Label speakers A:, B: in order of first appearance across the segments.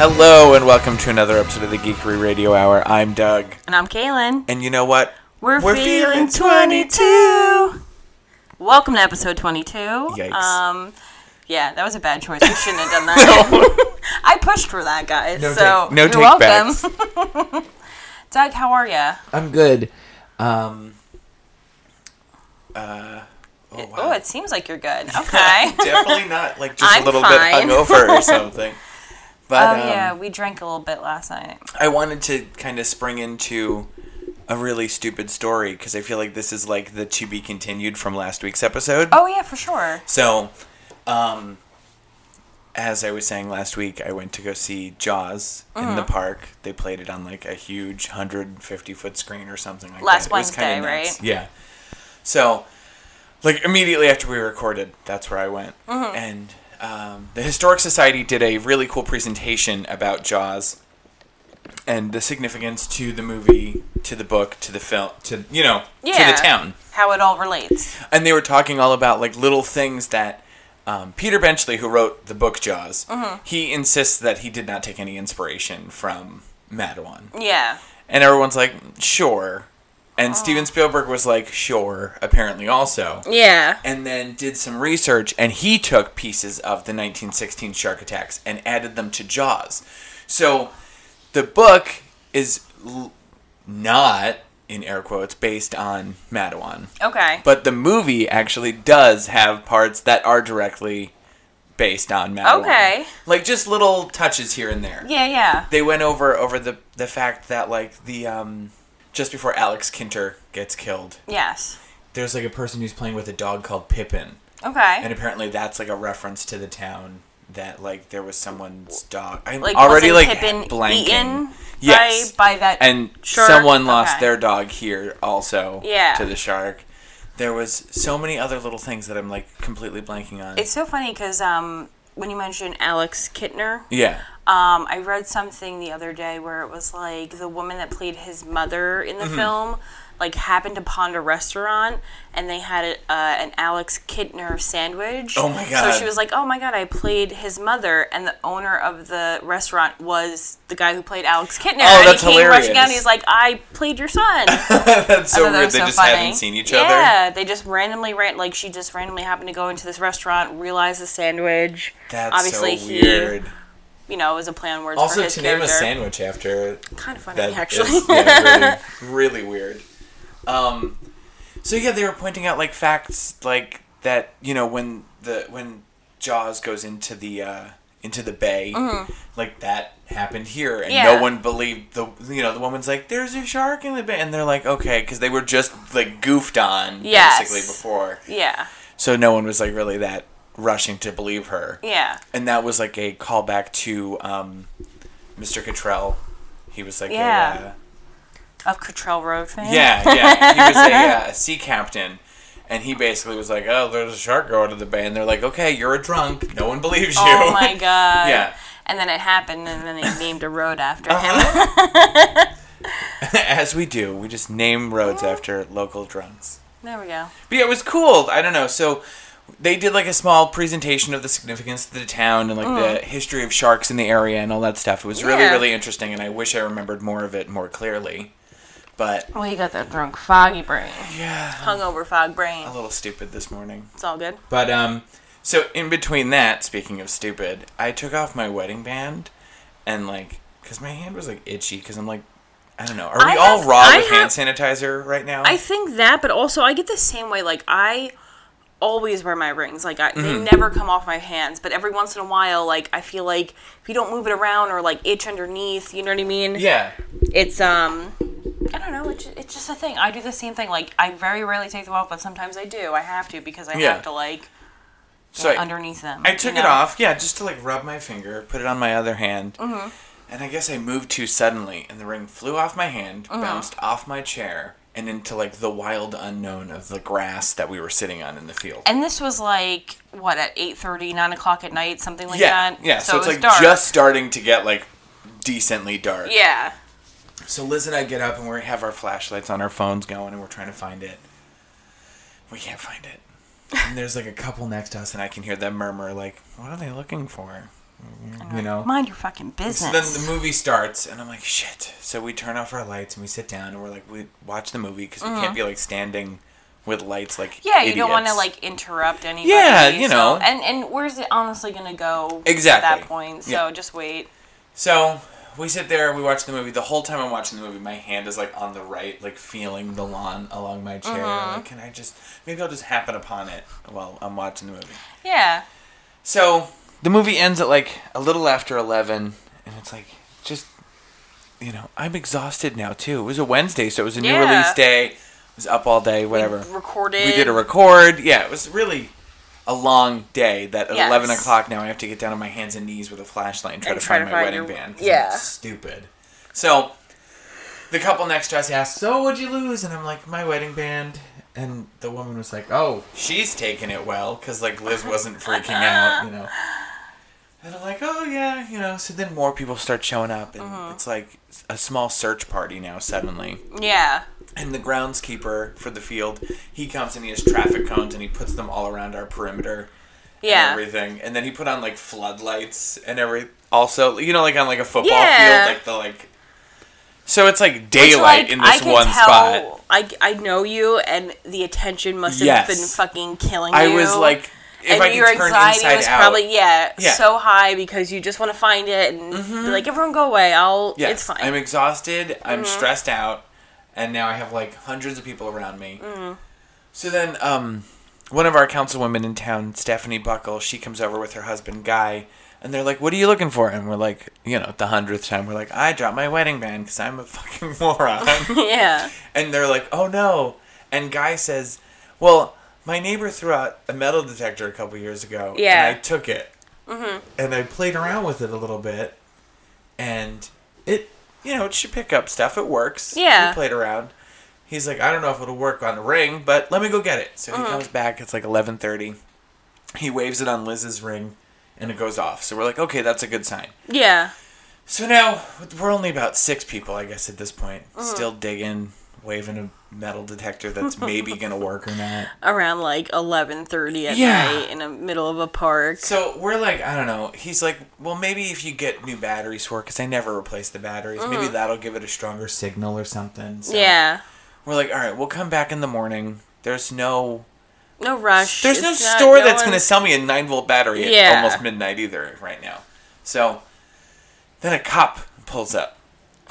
A: Hello and welcome to another episode of the Geekery Radio Hour. I'm Doug,
B: And I'm Kaylin.
A: and you know what?
B: We're,
A: We're feeling
B: feeling 22. Welcome to episode 22.
A: Yikes.
B: Um, yeah, that was a bad choice. We shouldn't have done that. I pushed for that, guys.
A: No
B: so
A: take- no
B: you're
A: take
B: welcome. Doug, how are you?
A: I'm good. Um, uh,
B: Oh, it seems like you're good. Okay.
A: definitely not like just
B: I'm
A: a little
B: fine.
A: bit hungover or something.
B: Oh
A: But um, Oh.
B: yeah, we drank a little bit last night.
A: I wanted to kind of spring into a really stupid story because I feel like this is like the to be continued from last week's episode.
B: Oh yeah, for sure.
A: So, um, as I was saying last week, I went to go see Jaws in
B: Uh-huh.
A: the park. They played it on like a huge 150 foot screen or something like
B: Last
A: that. It was kinda
B: Wednesday,
A: nuts.
B: right?
A: Yeah. So, like immediately after we recorded, that's where I went.
B: Uh-huh.
A: And um, the Historic Society did a really cool presentation about Jaws and the significance to the movie, to the book, to the film, to you know,
B: Yeah.
A: to the town
B: How it all relates.
A: and they were talking all about like little things that um, Peter Benchley, who wrote the book Jaws, he insists that he did not take any inspiration from Madawan,
B: Yeah.
A: and everyone's like, sure, and Steven Spielberg was like, sure, apparently also.
B: Yeah.
A: And then did some research, and he took pieces of the 1916 shark attacks and added them to Jaws. So the book is l- not, in air quotes, based on Madawan.
B: Okay.
A: But the movie actually does have parts that are directly based on Madeline.
B: Okay.
A: Like just little touches here and there.
B: yeah, yeah.
A: They went over over the the fact that like the um just before Alex Kinter gets killed,
B: Yes.
A: there's like a person who's playing with a dog called Pippin.
B: Okay.
A: And apparently that's like a reference to the town that like there was someone's dog. I'm
B: like
A: already like
B: wasn't Pippin
A: blanking.
B: eaten
A: Yes.
B: by, by that
A: and
B: shark?
A: someone lost
B: Okay.
A: their dog here also
B: Yeah.
A: to the shark there was so many other little things that i'm like completely blanking on
B: It's so funny because um, when you mentioned Alex Kittner,
A: yeah
B: um, I read something the other day where it was like the woman that played his mother in the
A: Mm-hmm.
B: film like happened upon a restaurant and they had a, uh, an Alex Kittner sandwich.
A: Oh my God.
B: So she was like, "Oh my god, I played his mother," and the owner of the restaurant was the guy who played Alex Kittner.
A: Oh,
B: and
A: that's
B: he came rushing
A: hilarious.
B: out and he's like, "I played your son."
A: that's so
B: thought that
A: weird
B: was
A: they
B: Oh, so
A: just
B: funny.
A: haven't seen each other
B: Yeah, they just randomly ran like she just randomly happened to go into this restaurant, realized the sandwich.
A: that's
B: obviously
A: so
B: he,
A: weird
B: you know, it was a play on words for
A: also
B: his
A: to name
B: character.
A: a sandwich after
B: kind of funny
A: that
B: actually.
A: is, yeah, really, really weird um so yeah they were pointing out like facts like that you know when the when jaws goes into the uh into the bay like that happened here and
B: Mm-hmm. Yeah.
A: no one believed the you know the woman's like there's a shark in the bay and they're like okay because they were just like goofed on
B: Yes.
A: basically before
B: yeah,
A: so no one was like really that rushing to believe her
B: yeah,
A: and that was like a callback to um, Mr. Cottrell. He was like
B: Yeah. of Cottrell Road
A: a uh,
B: fan.
A: yeah, yeah. He was a, uh, sea captain, and he basically was like, "Oh, there's a shark going to the bay," and they're like, "Okay, you're a drunk. No one believes you."
B: Oh my god.
A: yeah,
B: And then it happened, and then they named a road after
A: Uh-huh.
B: him.
A: as we do, we just name roads
B: Oh.
A: after local drunks.
B: There we go.
A: But yeah, it was cool. I don't know. So they did like a small presentation of the significance of the town and like the history of sharks in the area and all that stuff. It was really,
B: Mm. Yeah.
A: really interesting, and I wish I remembered more of it more clearly. But
B: Well, you got that drunk, foggy brain,
A: yeah,
B: hungover fog brain.
A: a little stupid this morning.
B: It's all good.
A: But um, so in between that, speaking of stupid, I took off my wedding band, and like, cause my hand was like itchy, cause I'm like, I don't know. Are we
B: I
A: all
B: have-
A: raw
B: I
A: with
B: have-
A: hand sanitizer right now?
B: I think that, but also I get the same way. Like I always wear my rings. Like I,
A: Mm-hmm.
B: they never come off my hands. But every once in a while, like I feel like if you don't move it around or like itch underneath, you know what I mean?
A: yeah,
B: It's um. I don't know. It's, it's just a thing. I do the same thing. Like I very rarely take them off, but sometimes I do. I have to because I
A: Yeah.
B: have to like
A: so I,
B: underneath them.
A: I
B: you
A: took it
B: know?
A: off, yeah, just to like rub my finger, put it on my other hand,
B: Mm-hmm.
A: and I guess I moved too suddenly, and the ring flew off my hand,
B: Mm-hmm.
A: bounced off my chair, and into like the wild unknown of the grass that we were sitting on in the field.
B: And this was like what at 8:30, 9 o'clock at night, something like
A: yeah,
B: that.
A: yeah. So,
B: it
A: it's
B: was
A: like
B: dark.
A: just starting to get like decently dark.
B: yeah.
A: So Liz and I get up and we have our flashlights on our phones going and we're trying to find it. We can't find it. And there's like a couple next to us and I can hear them murmur like, "What are they looking for?" you know.
B: Mind your fucking
A: So
B: business.
A: then the movie starts, and I'm like, shit. So we turn off our lights and we sit down and we're like, we watch the movie because we can't be like standing with lights like
B: Mm-hmm. yeah, you don't want to
A: idiots.
B: like interrupt anybody.
A: Yeah, you
B: so-
A: know.
B: and and where's it honestly gonna go? At
A: Exactly.
B: that point, so
A: Yeah.
B: just wait.
A: So we sit there, we watch the movie. The whole time I'm watching the movie, my hand is like on the right, like feeling the lawn along my chair. Like, can I just maybe I'll just happen upon it while I'm watching the movie.
B: Yeah.
A: So the movie ends at like a little after eleven, and it's like just you know I'm exhausted now too. It was a Wednesday, so it was a new
B: Yeah.
A: release day. I was up all day, whatever.
B: Recorded.
A: We did a record. Yeah, it was really a long day. That at
B: Yes.
A: eleven o'clock now, I have to get down on my hands and knees with a flashlight and try
B: And
A: to
B: try
A: find
B: to
A: my
B: find
A: wedding
B: your-
A: band. 'cause I'm
B: Yeah.
A: stupid. So the couple next to us asked, "So what'd you lose?" And I'm like, "My wedding band." And the woman was like, "Oh, she's taking it well, because like Liz wasn't freaking out, you know." And I'm like, "Oh yeah, you know." So then more people start showing up, and
B: Uh-huh.
A: it's like a small search party now suddenly.
B: yeah.
A: And the groundskeeper for the field, he comes and he has traffic cones and he puts them all around our perimeter and
B: Yeah.
A: everything. And then he put on like floodlights and every also you know like on like a football
B: Yeah.
A: field like the like So it's like
B: Which,
A: daylight in this one spot.
B: I, I know you, and the attention must have
A: Yes.
B: been fucking killing you.
A: I was like if
B: and
A: I
B: your
A: could turn
B: anxiety
A: inside
B: was
A: out.
B: probably yeah,
A: Yeah. Mm-hmm.
B: so high because you just want to find it and be like, everyone go away. I'll.
A: yes,
B: It's fine. Mm-hmm.
A: I'm exhausted, I'm stressed out, and now I have like hundreds of people around me.
B: Mm-hmm.
A: So then um one of our councilwomen in town, Stephanie Buckle, she comes over with her husband Guy, and they're like, "What are you looking for?" And we're like, you know, the hundredth time, we're like, "I dropped my wedding band because I'm a fucking moron."
B: yeah.
A: and they're like, "Oh no!" And Guy says, "Well, my neighbor threw out a metal detector a couple years ago,
B: Yeah. Mm-hmm.
A: and I took it, and I played around with it a little bit, and it, you know, it should pick up stuff. It works.
B: Yeah.
A: we played around." He's like, I don't know if it'll work on the ring, but let me go get it. So
B: Mm.
A: he comes back. It's like eleven thirty. He waves it on Liz's ring, and it goes off. So we're like, okay, that's a good sign.
B: Yeah.
A: So now we're only about six people, I guess, at this point. Still digging, waving a metal detector that's maybe gonna work or not.
B: Around like eleven thirty at
A: Yeah.
B: night in the middle of a park.
A: So we're like, I don't know. He's like, well, maybe if you get new batteries for it, because I never replace the batteries. Maybe that'll give it a stronger signal or something. So
B: Yeah.
A: We're like, all right, we'll come back in the morning. There's no,
B: No rush.
A: there's no
B: It's not-
A: store
B: no
A: that's gonna
B: one's-
A: sell me a nine volt battery at
B: Yeah.
A: almost midnight either right now. So then a cop pulls up.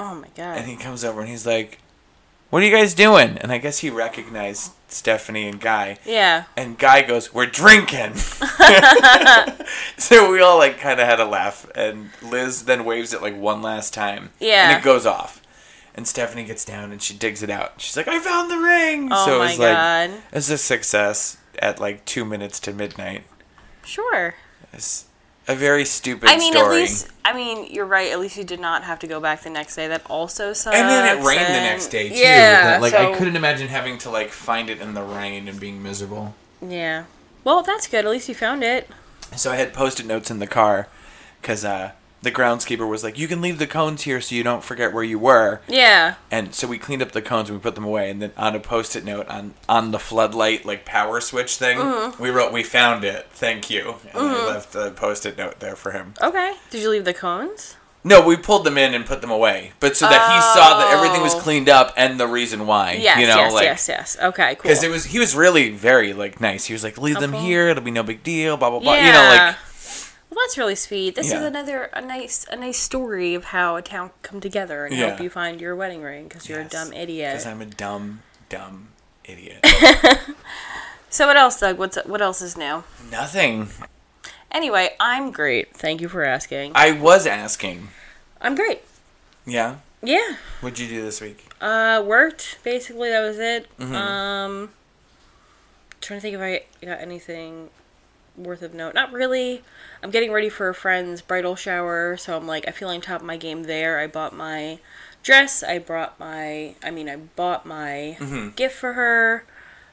B: Oh my god.
A: and he comes over and he's like, "What are you guys doing?" And I guess he recognized Stephanie and Guy.
B: yeah.
A: And Guy goes, "We're drinking." so we all like kind of had a laugh, and Liz then waves it like one last time.
B: Yeah.
A: And it goes off. And Stephanie gets down and she digs it out. She's like, "I found the ring."
B: Oh
A: so
B: my
A: it was
B: God.
A: like it's a success at like 2 minutes to midnight.
B: Sure.
A: It's a very stupid
B: I mean,
A: story.
B: at least I mean you're right. At least you did not have to go back the next day. That also sucks.
A: And then it rained the next day too.
B: Yeah,
A: that, like
B: so-
A: I couldn't imagine having to like find it in the rain and being miserable.
B: Yeah. Well, that's good. At least you found it.
A: So I had post-it notes in the car because uh, the groundskeeper was like, "You can leave the cones here so you don't forget where you were."
B: Yeah.
A: And so we cleaned up the cones and we put them away. And then on a post-it note on on the floodlight like power switch thing,
B: Mm-hmm.
A: we wrote, "We found it. Thank you." And I left a post-it note there for him.
B: Okay. Did you leave the cones?
A: No, we pulled them in and put them away, but so that he saw that everything was
B: Oh.
A: cleaned up and the reason why.
B: Yes.
A: you know,
B: yes.
A: like,
B: yes. Yes. Okay. Cool.
A: because it was he was really very like nice. He was like, leave them
B: Okay.
A: here; it'll be no big deal. Blah blah blah.
B: yeah.
A: You know, like
B: Well, that's really sweet. This is
A: Yeah.
B: another a nice a nice story of how a town come together and help
A: Yeah.
B: you find your wedding ring because you're a dumb idiot.
A: Because I'm a dumb, dumb idiot.
B: So what else, Doug? What's what else is new?
A: Nothing.
B: Anyway, I'm great. Thank you for asking.
A: I was asking.
B: I'm great.
A: Yeah.
B: Yeah.
A: What'd you do this week?
B: Uh, worked basically. That was it. Um, trying to think if I got anything worth of note. Not really. I'm getting ready for a friend's bridal shower, so I'm like I feel on top of my game there. I bought my dress. I brought my. I mean, I bought my gift for her.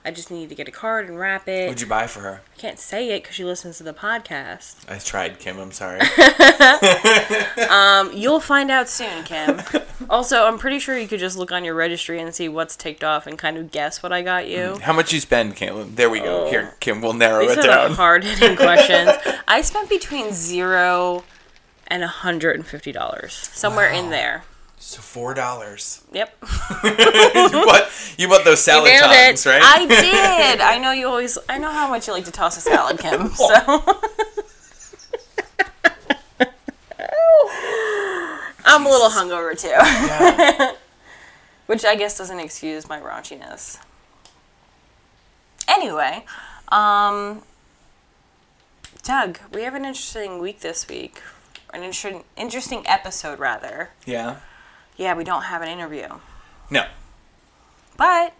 B: I just need to get a card and wrap it.
A: What'd you buy for her?
B: I can't say it because she listens to the podcast.
A: I tried, Kim. I'm sorry.
B: You'll find out soon, Kim. also, I'm pretty sure you could just look on your registry and see what's ticked off and kind of guess what I got you.
A: How much you spend, Caitlin? There we go. Here, Kim. We'll narrow
B: Oh. These
A: Mm, it
B: are
A: down.
B: hard hitting questions. I spent between zero and hundred and fifty dollars somewhere in there.
A: So four dollars.
B: Yep,
A: you bought you bought those salad
B: Nailed it.
A: times, right?
B: I did. I know you always. I know how much you like to toss a salad, Kim. So. I'm a little hungover too,
A: Yeah.
B: which I guess doesn't excuse my raunchiness. Anyway, um, Doug, we have an interesting week this week, an interesting interesting episode rather.
A: yeah.
B: Yeah, we don't have an interview.
A: No.
B: but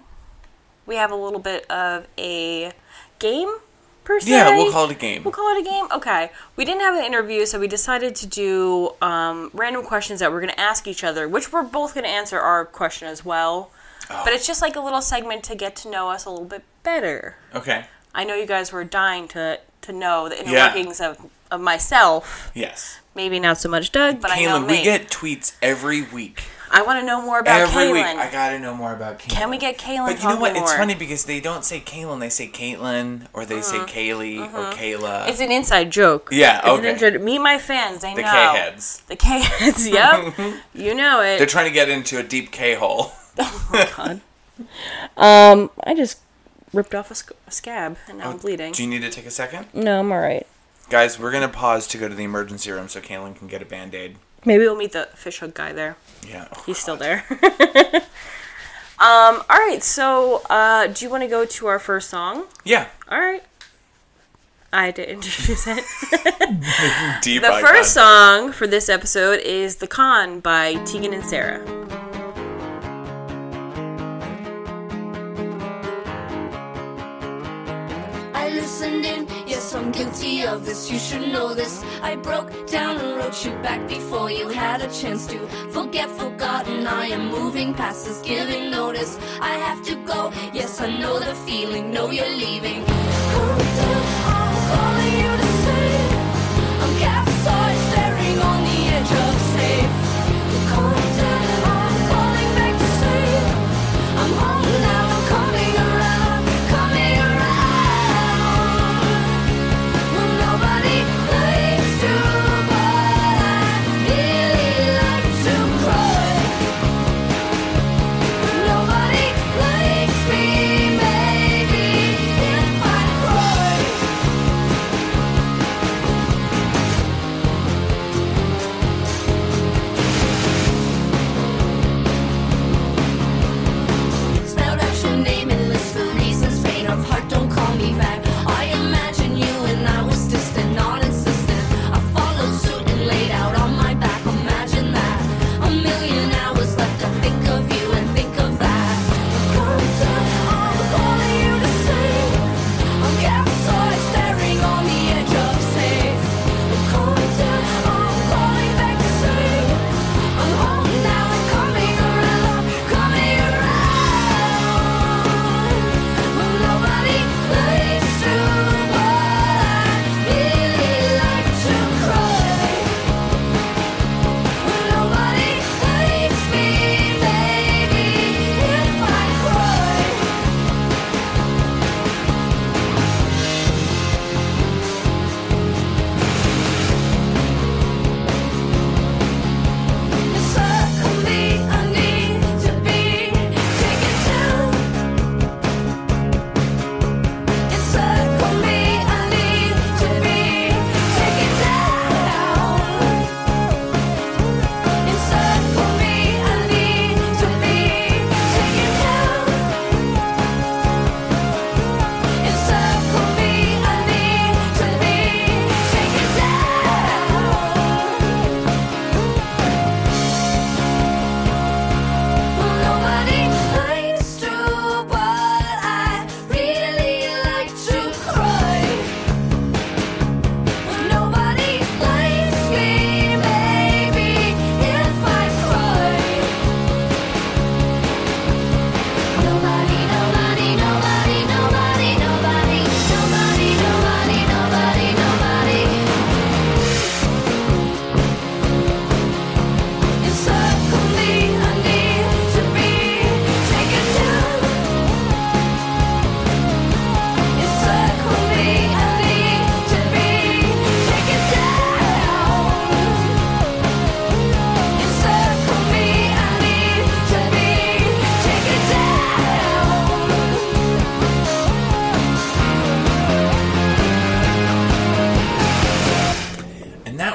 B: we have a little bit of a game per se.
A: Yeah, we'll call it a game.
B: We'll call it a game. Okay, we didn't have an interview, so we decided to do um, random questions that we're going to ask each other, which we're both going to answer our question as well. But it's just like a little segment to get to know us a little bit better.
A: Oh, Okay.
B: I know you guys were dying to to know the inner
A: Yeah.
B: workings of, of myself.
A: Yes.
B: Maybe not so much Doug, but I know
A: Kaylin,
B: me.
A: we get tweets every week.
B: I want to know more about
A: Every
B: Kaylin.
A: week, I gotta know more about Kaylin.
B: Can we get Kaylin?
A: But you know
B: talking
A: what? It's
B: more?
A: funny because they don't say Kaylin, they say Caitlin, or they say Kaylee or Kayla.
B: Mm-hmm. It's an inside joke.
A: Yeah,
B: It's an
A: okay.
B: inside- me and my fans, they
A: the
B: know.
A: K heads.
B: The K heads, yep. you know it.
A: They're trying to get into a deep K hole.
B: um, I just ripped off a, sc- a scab and
A: Oh,
B: now I'm bleeding.
A: Do you need to take a second?
B: no, I'm alright.
A: Guys, we're gonna pause to go to the emergency room so Kaylin can get a band aid.
B: Maybe we'll meet the fish hook guy there.
A: Yeah.
B: He's still there. um, alright, so uh, do you want to go to our first song?
A: Yeah.
B: Alright. I had to introduce it.
A: Deep
B: The
A: eye
B: first
A: contact.
B: song for this episode is The Con by Tegan and Sarah.
C: I listened in, yes, I'm guilty of this, you should know this. I broke down and wrote you back before you had a chance to forget, forgotten. I am moving past this, giving notice. I have to go, yes, I know the feeling, know you're leaving. Come through, I'll follow you to save. I'm capsized, staring on the edge of safe. Come through, I'm calling back to save. I'm home now, coming around, coming around. Well, nobody likes to, but I really like to cry. Nobody likes me, maybe if I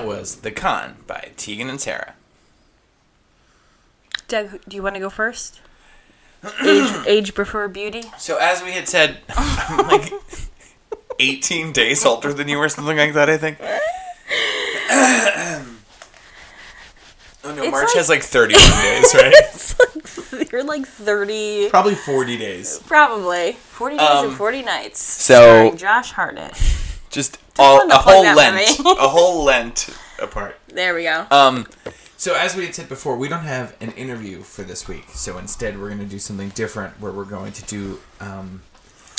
A: was The Con by Tegan and Sarah.
B: Doug, do you want to go first? Age, age before beauty.
A: So as we had said, I'm like 18 days older than you or something like that, I think. oh no, March
B: like-
A: has like 31 days, right?
B: You're like thirty,
A: Probably 40 days.
B: probably forty days
A: Um,
B: and forty nights.
A: so-
B: starring Josh Hartnett.
A: Just all,
B: wanted to
A: a
B: plug
A: whole
B: that
A: Lent,
B: for me.
A: a whole Lent apart.
B: There we go.
A: Um, so as we had said before, we don't have an interview for this week. So instead, we're going to do something different, where we're going to do um,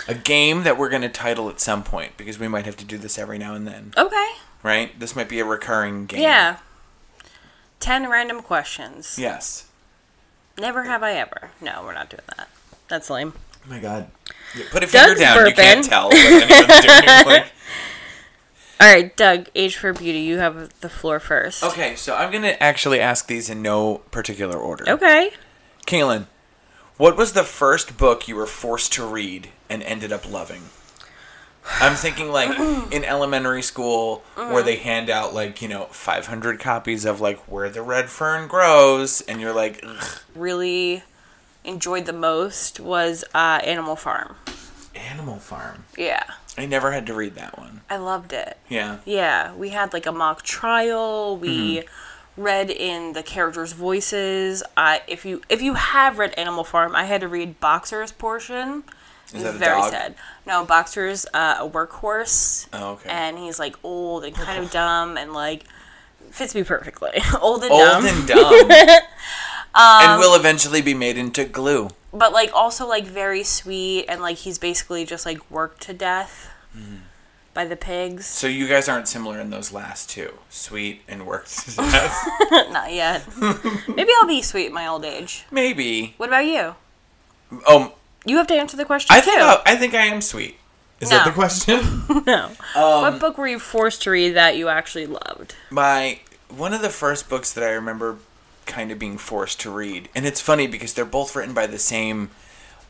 A: a game that we're going to title at some point because we might have to do this every now and then,
B: okay.
A: right? This might be a recurring game.
B: Yeah. Ten random questions.
A: Yes.
B: Never have I ever. No, we're not doing that. That's lame.
A: Oh my god. Yeah, put a finger
B: Doug's
A: down. You
B: burping.
A: can't tell what anyone's doing. Like,
B: All right, Doug, Age for Beauty, you have the floor first.
A: okay, so I'm going to actually ask these in no particular order.
B: Okay.
A: Kaylin, what was the first book you were forced to read and ended up loving? I'm thinking like in elementary school
B: Mm.
A: where they hand out like, you know, 500 copies of like Where the Red Fern Grows and you're like, Ugh,
B: Really enjoyed the most was uh, Animal Farm.
A: Animal Farm.
B: Yeah.
A: I never had to read that one.
B: I loved it.
A: Yeah.
B: Yeah, we had like a mock trial. We
A: Mm-hmm.
B: read in the characters' voices. I if you if you have read Animal Farm, I had to read Boxer's portion. It's
A: that a
B: very
A: dog?
B: sad. No, Boxer's uh, a workhorse.
A: Oh, okay.
B: And he's like old and kind of dumb and like fits me perfectly. old and
A: Old
B: dumb.
A: and dumb. and will eventually be made into glue.
B: but like also like very sweet and like he's basically just like worked to death
A: Mm-hmm.
B: by the pigs.
A: So you guys aren't similar in those last two. Sweet and worked to death.
B: Not yet. Maybe I'll be sweet in my old age.
A: Maybe.
B: What about you?
A: Oh,
B: You have to answer the question
A: I
B: too.
A: think I, I think I am sweet. Is that
B: No.
A: the question?
B: no.
A: Um,
B: what book were you forced to read that you actually loved?
A: my one of the first books that I remember kind of being forced to read, and it's funny because they're both written by the same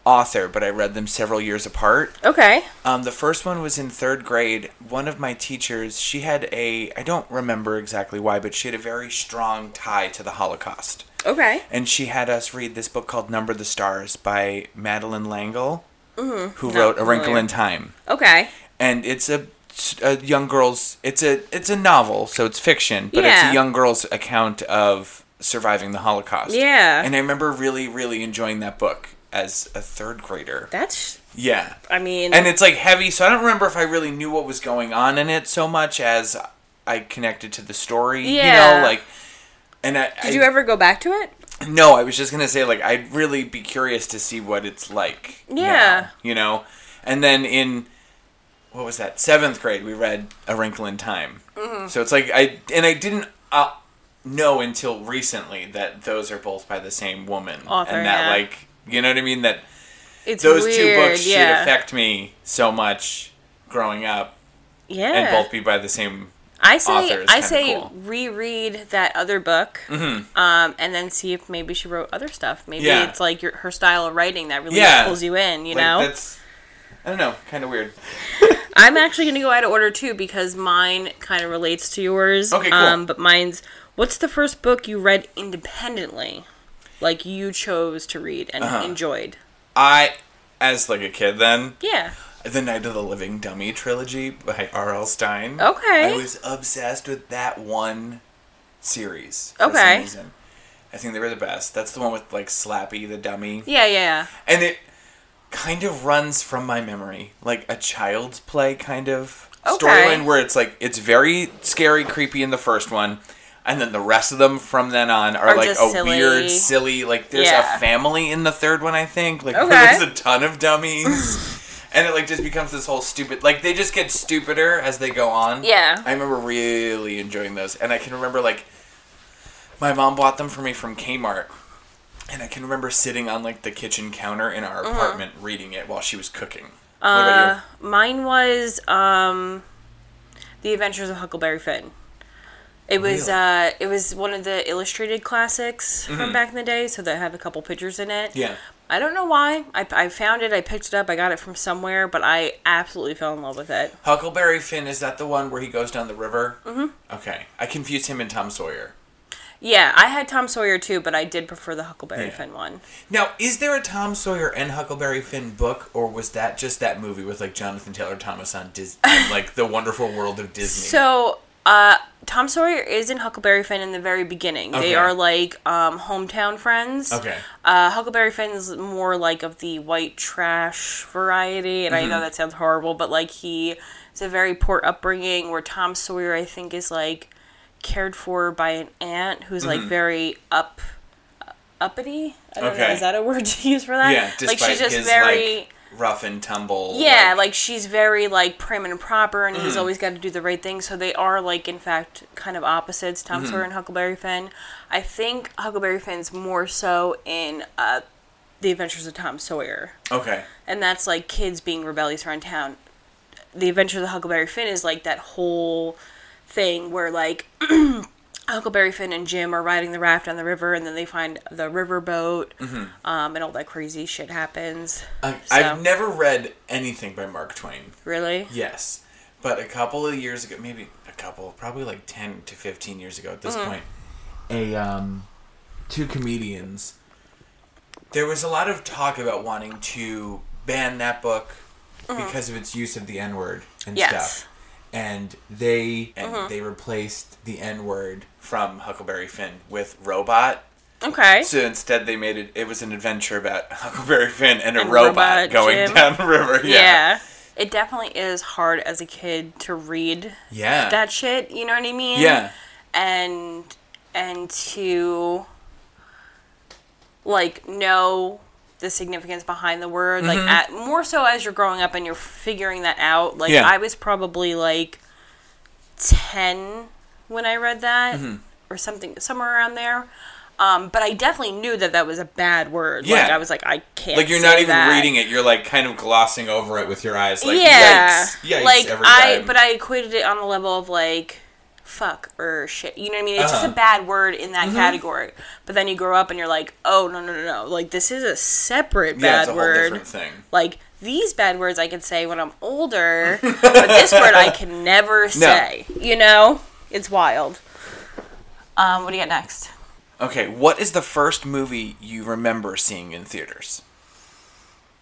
A: author, but I read them several years apart.
B: Okay.
A: Um, the first one was in third grade. One of my teachers, she had a I don't remember exactly why, but she had a very strong tie to the Holocaust,
B: Okay.
A: and she had us read this book called Number the Stars by Madeline Langle,
B: Mm-hmm.
A: who wrote A Wrinkle in Time
B: Okay.
A: and it's a, a young girl's it's a it's a novel so it's fiction but it's
B: Yeah.
A: a young girl's account of surviving the holocaust
B: Yeah.
A: and i remember really really enjoying that book as a third grader
B: That's.
A: yeah
B: I mean.
A: and it's like heavy so i don't remember if i really knew what was going on in it so much as i connected to the story you
B: Yeah.
A: know like and I,
B: did you ever go back to it?
A: no, I was just gonna say like I'd really be curious to see what it's like.
B: Yeah.
A: now, you know, and then in what was that seventh grade we read A Wrinkle in Time.
B: Mm-hmm.
A: So it's like I and I didn't uh, know until recently that those are both by the same woman
B: Author,
A: and that
B: yeah.
A: like you know what I mean that
B: It's
A: those two
B: weird,
A: books
B: yeah.
A: should affect me so much growing up
B: Yeah.
A: and both be by the same.
B: I say.
A: authors,
B: I
A: kinda
B: say
A: cool. Mm-hmm.
B: reread that other book, um, and then see if maybe she wrote other stuff. Maybe
A: Yeah.
B: it's like your, her style of writing that really
A: Yeah.
B: pulls you in. You
A: like,
B: know.
A: that's I don't know, kind of weird.
B: I'm actually going to go out of order too because mine kind of relates to yours.
A: Okay, cool.
B: Um, but mine's what's the first book you read independently, like you chose to read and
A: Uh-huh.
B: enjoyed?
A: I as like a kid then
B: Yeah.
A: The Night of the Living Dummy trilogy by R.L. Stein.
B: Okay.
A: I was obsessed with that one series. for some
B: Okay.
A: reason. I think they were the best. That's the one with like Slappy the dummy.
B: Yeah, yeah.
A: And it kind of runs from my memory, like a child's play kind of
B: Okay.
A: storyline where it's like it's very scary, creepy in the first one. And then the rest of them from then on are,
B: Are
A: like a
B: just silly.
A: weird, silly. Like there's
B: Yeah.
A: a family in the third one, I think. Like
B: Okay.
A: there's a ton of dummies, and it like just becomes this whole stupid. Like they just get stupider as they go on.
B: Yeah.
A: I remember really enjoying those, and I can remember like my mom bought them for me from Kmart. And I can remember sitting on like the kitchen counter in our
B: Uh-huh.
A: apartment reading it while she was cooking. what about you?
B: Uh, Mine was um, The Adventures of Huckleberry Finn. It was
A: Really? Mm-hmm.
B: uh, it was one of the illustrated classics from back in the day, so they have a couple pictures in it.
A: Yeah.
B: I don't know why. I, I found it. I picked it up. I got it from somewhere, but I absolutely fell in love with it.
A: Huckleberry Finn is that the one where he goes down the river? Mm-hmm. Okay, I confused him and Tom Sawyer.
B: Yeah, I had Tom Sawyer too, but I did prefer the Huckleberry
A: Yeah.
B: Finn one.
A: Now, is there a Tom Sawyer and Huckleberry Finn book, or was that just that movie with like Jonathan Taylor Thomas on Disney, like the Wonderful World of Disney?
B: So, uh, Tom Sawyer is in Huckleberry Finn in the very beginning.
A: Okay.
B: They are like um, hometown friends.
A: Okay.
B: Uh, Huckleberry Finn's more like of the white trash variety, and I
A: Mm-hmm.
B: know that sounds horrible, but like he is a very poor upbringing. Where Tom Sawyer, I think, is like cared for by an aunt who's
A: Mm-hmm.
B: like very up uppity. I don't
A: Okay.
B: know. Is that a word to use for that?
A: yeah,
B: like
A: despite
B: she's just
A: his
B: very.
A: like rough and tumble.
B: Yeah, like, she's very like prim and proper, and he's always got to do the right thing. So they are like, in fact, kind of opposites. Tom Sawyer and Huckleberry Finn. I think Huckleberry Finn's more so in uh, the Adventures of Tom Sawyer,
A: okay,
B: and that's like kids being rebellious around town. The Adventures of Huckleberry Finn is like that whole thing where like. Huckleberry Finn and Jim are riding the raft on the river, and then they find the riverboat, um, and all that crazy shit happens.
A: I,
B: uh, So-
A: I've never read anything by Mark Twain.
B: Really?
A: Yes. But a couple of years ago, maybe a couple, probably like 10 to 15 years ago at this
B: Mm.
A: point, a um two comedians there was a lot of talk about wanting to ban that book because of its use of the n-word and
B: Mm-hmm. Yes. Mm-hmm.
A: stuff. And they and they replaced the n-word from Huckleberry Finn with robot.
B: Okay.
A: So instead, they made it. It was an adventure about Huckleberry Finn and a
B: And
A: robot,
B: Robot
A: going
B: Jim.
A: down the river.
B: Yeah.
A: Yeah,
B: It definitely is hard as a kid to read
A: yeah,
B: that shit, you know what I mean?
A: yeah.
B: And and to like know the significance behind the word
A: Mm-hmm.
B: like at, more so as you're growing up and you're figuring that out. Like
A: Yeah.
B: I was probably like 10 when I read that
A: Mm-hmm.
B: or something somewhere around there. Um, but I definitely knew that that was a bad word. Like
A: Yeah.
B: I was like, I can't.
A: like you're not
B: say
A: even
B: that.
A: reading it you're like kind of glossing over it with your eyes like
B: yeah,
A: yikes, yikes
B: like
A: every
B: I,
A: time.
B: but I equated it on the level of like fuck or shit. You know what I mean? It's just
A: Uh-huh.
B: a bad word in that category. But then you grow up and you're like, oh no no no no! Like this is a separate
A: yeah,
B: bad
A: it's a whole
B: word.
A: different thing
B: Like these bad words I can say when I'm older, but this word I can never say. You know, it's wild. Um, what do you got next?
A: okay what is the first movie you remember seeing in theaters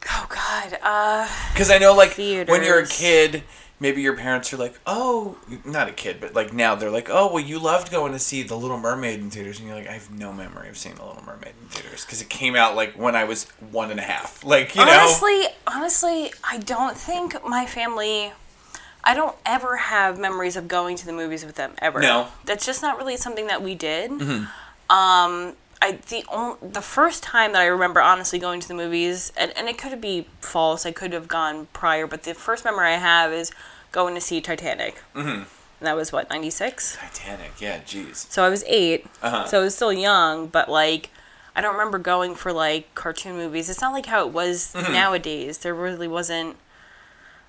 B: Oh God. Uh,
A: because i know like when you're a
B: Theaters.
A: kid maybe your parents are like oh not a kid but like now they're like oh well you loved going to see the little mermaid in theaters and you're like i have no memory of seeing the little mermaid in theaters because it came out like when i was one and a half like you know
B: honestly, honestly, I don't think my family. I don't ever have memories of going to the movies with them ever.
A: No. Mm-hmm.
B: that's just not really something that we did. Um, I the only, the first time that I remember honestly going to the movies, and, and it could be false. I could have gone prior, but the first memory I have is going to see Titanic. Mm-hmm. And that was what ninety six.
A: titanic yeah jeez
B: So I was 8
A: Uh-huh.
B: So I was still young, but like, I don't remember going for like cartoon movies. It's not like how it was
A: Mm-hmm.
B: nowadays. There really wasn't.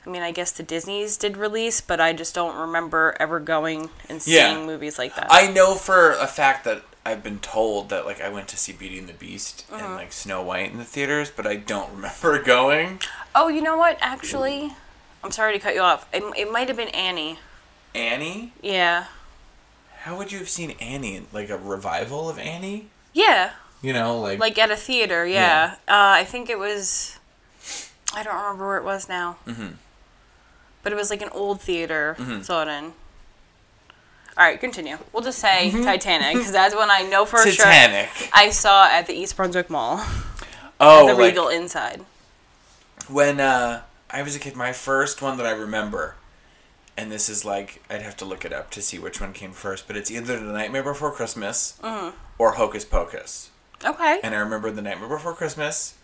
B: I mean, I guess the Disney's did release, but I just don't remember ever going and seeing
A: Yeah.
B: movies like that.
A: I know for a fact that I've been told that like I went to see Beauty and the Beast
B: Uh-huh.
A: and like Snow White in the theaters, but I don't remember going.
B: oh, you know what? Actually, I'm sorry to cut you off. It, it might have been Annie.
A: Annie?
B: Yeah.
A: How would you have seen Annie in like a revival of Annie?
B: Yeah.
A: You know, like,
B: Like at a theater, yeah. Uh, I think it was. I don't remember where it was now. Mm-hmm. But it was like an old theater.
A: Mm-hmm.
B: Saw it in. All right, continue. We'll just say Titanic because that's when I know for sure
A: Titanic.
B: I saw at the East Brunswick Mall,
A: Oh,
B: the
A: like
B: Regal inside.
A: when uh, I was a kid, my first one that I remember, and this is like I'd have to look it up to see which one came first, but it's either The Nightmare Before Christmas
B: Uh-huh.
A: or Hocus Pocus.
B: Okay.
A: And I remember the nightmare before Christmas,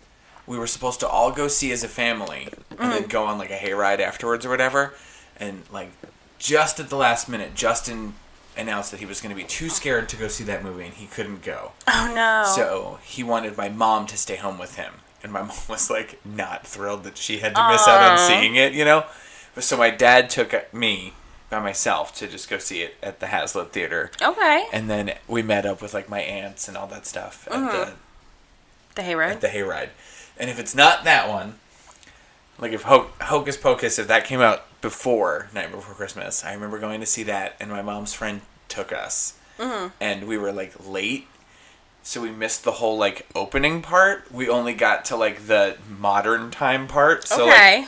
A: we were supposed to all go see as a family and then go on like a hayride afterwards or whatever. And like just at the last minute, Justin announced that he was going to be too scared to go see that movie and he couldn't go.
B: oh no.
A: So he wanted my mom to stay home with him. And my mom was like not thrilled that she had to miss out on seeing it, you know? But so my dad took me by myself to just go see it at the Hazlitt Theater.
B: okay.
A: And then we met up with like my aunts and all that stuff at the
B: The hayride.
A: the hayride. And if it's not that one, like if Ho- Hocus Pocus, if that came out before Night Before Christmas, I remember going to see that, and my mom's friend took us,
B: Mm-hmm.
A: and we were like late, so we missed the whole like opening part. We only got to like the modern time part. So like,
B: okay.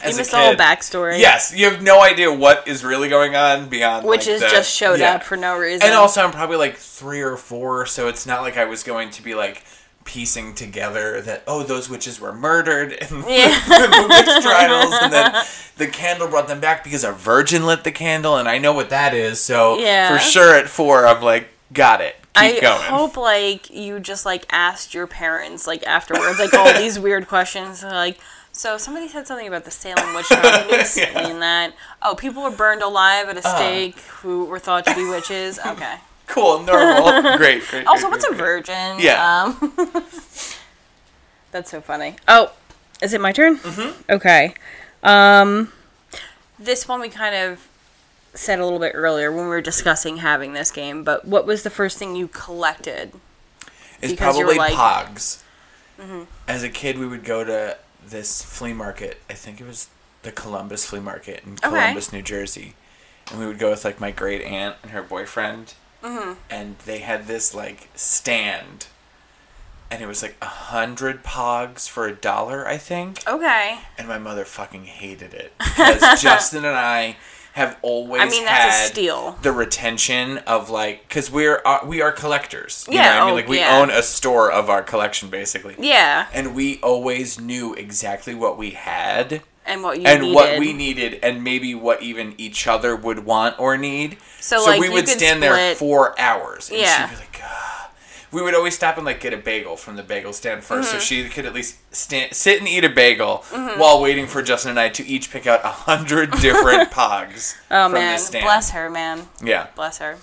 A: as
B: you
A: a
B: missed the whole
A: kid-
B: backstory.
A: Yes, you have no idea what is really going on beyond like,
B: Which is
A: the-
B: just showed
A: yeah.
B: up for no reason.
A: And also, I'm probably like three or four, so it's not like I was going to be like piecing together that oh those witches were murdered and
B: Yeah.
A: the witch trials and then the candle brought them back because a virgin lit the candle and I know what that is so
B: Yeah.
A: for sure at four I'm like got it keep
B: I
A: going
B: hope like you just like asked your parents like afterwards like all these weird questions like so somebody said something about the Salem witch trials. Can you explain that? Oh, people were burned alive at a
A: Uh.
B: stake who were thought to be witches. Okay.
A: cool normal great, great, great
B: Also, what's a
A: great, great.
B: virgin?
A: Yeah.
B: Um, that's so funny. Oh, is it my turn? Mm-hmm. Okay. Um, this one we kind of said a little bit earlier when we were discussing having this game, but what was the first thing you collected?
A: It's
B: because you were
A: probably
B: like- mm-hmm.
A: Pogs. As a kid, we would go to this flea market. I think it was the Columbus Flea Market in Columbus, New Jersey. And we would go with like my great aunt and her boyfriend.
B: Mm-hmm.
A: And they had this like stand. And it was like a hundred pogs for a dollar, I think.
B: Okay.
A: And my mother fucking hated it because Justin and I have always
B: I mean, that's a
A: had
B: steal.
A: the retention of like because we're uh, we are collectors. You
B: Yeah,
A: know what I mean,
B: oh,
A: like we
B: yeah.
A: own a store of our collection basically.
B: Yeah.
A: And we always knew exactly what we had
B: And what you
A: and
B: needed.
A: what we needed, and maybe what even each other would want or need.
B: So, like,
A: we
B: you
A: would
B: could
A: stand there
B: split-
A: for hours. And
B: Yeah.
A: she'd be like, "Ah." we would always stop and like get a bagel from the bagel stand 1st
B: Mm-hmm.
A: so she could at least stand, sit and eat a bagel while waiting for Justin and I to each pick out a hundred different pogs
B: Oh
A: from
B: man,
A: the stand.
B: bless her, man.
A: Yeah,
B: Bless her.
A: and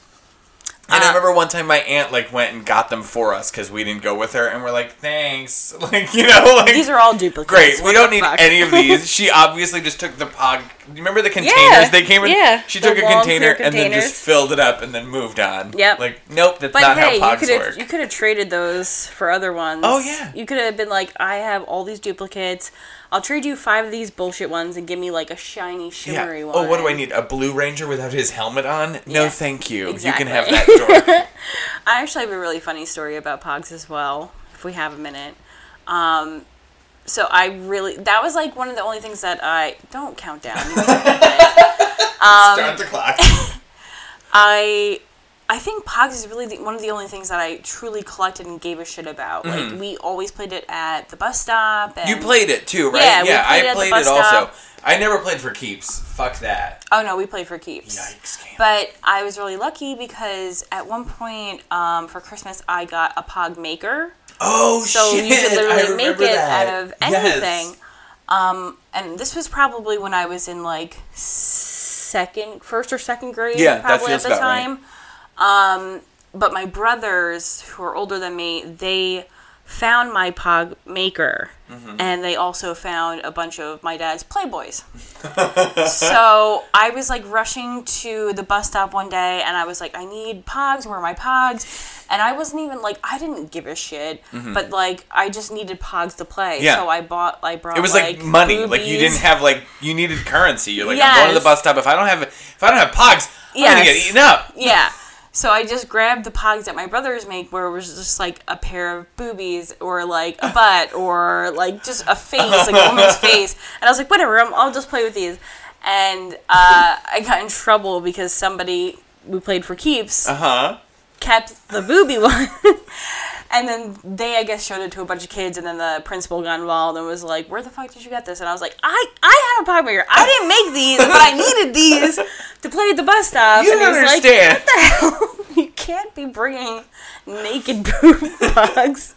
B: Uh,
A: I remember one time my aunt like went and got them for us because we didn't go with her, and we're like, "Thanks," like you know, like
B: These are all duplicates.
A: Great.
B: What
A: We don't
B: the
A: need
B: fuck?
A: any of these. She obviously just took the pog. Remember the containers
B: Yeah,
A: they came in?
B: yeah,
A: She
B: the
A: took a
B: long,
A: container
B: clear
A: and then just
B: containers.
A: filled it up and then moved on.
B: Yep.
A: Like, nope, that's
B: But
A: not
B: hey,
A: how
B: you could
A: pogs
B: have
A: work.
B: you could have traded those for other ones.
A: Oh, yeah.
B: You could have been like, I have all these duplicates. I'll trade you five of these bullshit ones and give me like a shiny
A: Yeah.
B: shimmery one.
A: Oh, what do I need? A Blue Ranger without his helmet on? No,
B: Yeah,
A: thank you.
B: exactly.
A: You can have that door.
B: I actually have a really funny story about Pogs as well, if we have a minute. Um, so I really that was like one of the only things that I don't count down. you guys are good. Um,
A: Start the clock.
B: I I think Pogs is really the, one of the only things that I truly collected and gave a shit about. Like we always played it at the bus stop. And,
A: Mm-hmm. You played it too, right?
B: Yeah, we played it
A: I
B: at the
A: played
B: bus
A: it also.
B: stop.
A: I never played for keeps. Fuck that.
B: Oh no, we played for keeps.
A: Yikes, Cam.
B: But I was really lucky because at one point um, for Christmas I got a Pog maker,
A: oh,
B: so
A: shit.
B: you could
A: I
B: literally make
A: remember
B: it
A: that.
B: out of
A: Yes.
B: anything. Um, and this was probably when I was in like second, first or second grade,
A: Yeah, that
B: probably
A: feels
B: at the
A: about right.
B: time. Um, but my brothers, who are older than me, they found my Pog maker,
A: Mm-hmm.
B: and they also found a bunch of my dad's Playboys so I was like rushing to the bus stop one day and I was like, I need pogs, where are my pogs? And I wasn't even like I didn't give a shit. But like I just needed pogs to play.
A: Mm-hmm. Yeah.
B: So I bought I brought
A: It was like, money. Like you didn't
B: boobies.
A: have like you needed currency. You're like I'm going to
B: Yes.
A: the bus stop. If I don't have if I don't have pogs, I'm gonna get
B: Yes.
A: eaten up.
B: Yeah. So I just grabbed the pogs that my brothers make where it was just like a pair of boobies or like a butt or like just a face, like a woman's face. And I was like, whatever, I'm, I'll just play with these. And uh, I got in trouble because somebody we played for keeps
A: Uh huh.
B: kept the booby one. and then they, I guess, showed it to a bunch of kids, and then the principal got involved and was like, "Where the fuck did you get this?" And I was like, "I, I had a pie maker. I didn't make these, but I needed these to play at the bus stop."
A: You
B: and he
A: don't
B: was
A: understand.
B: Like, what the hell? You can't be bringing naked boob bugs.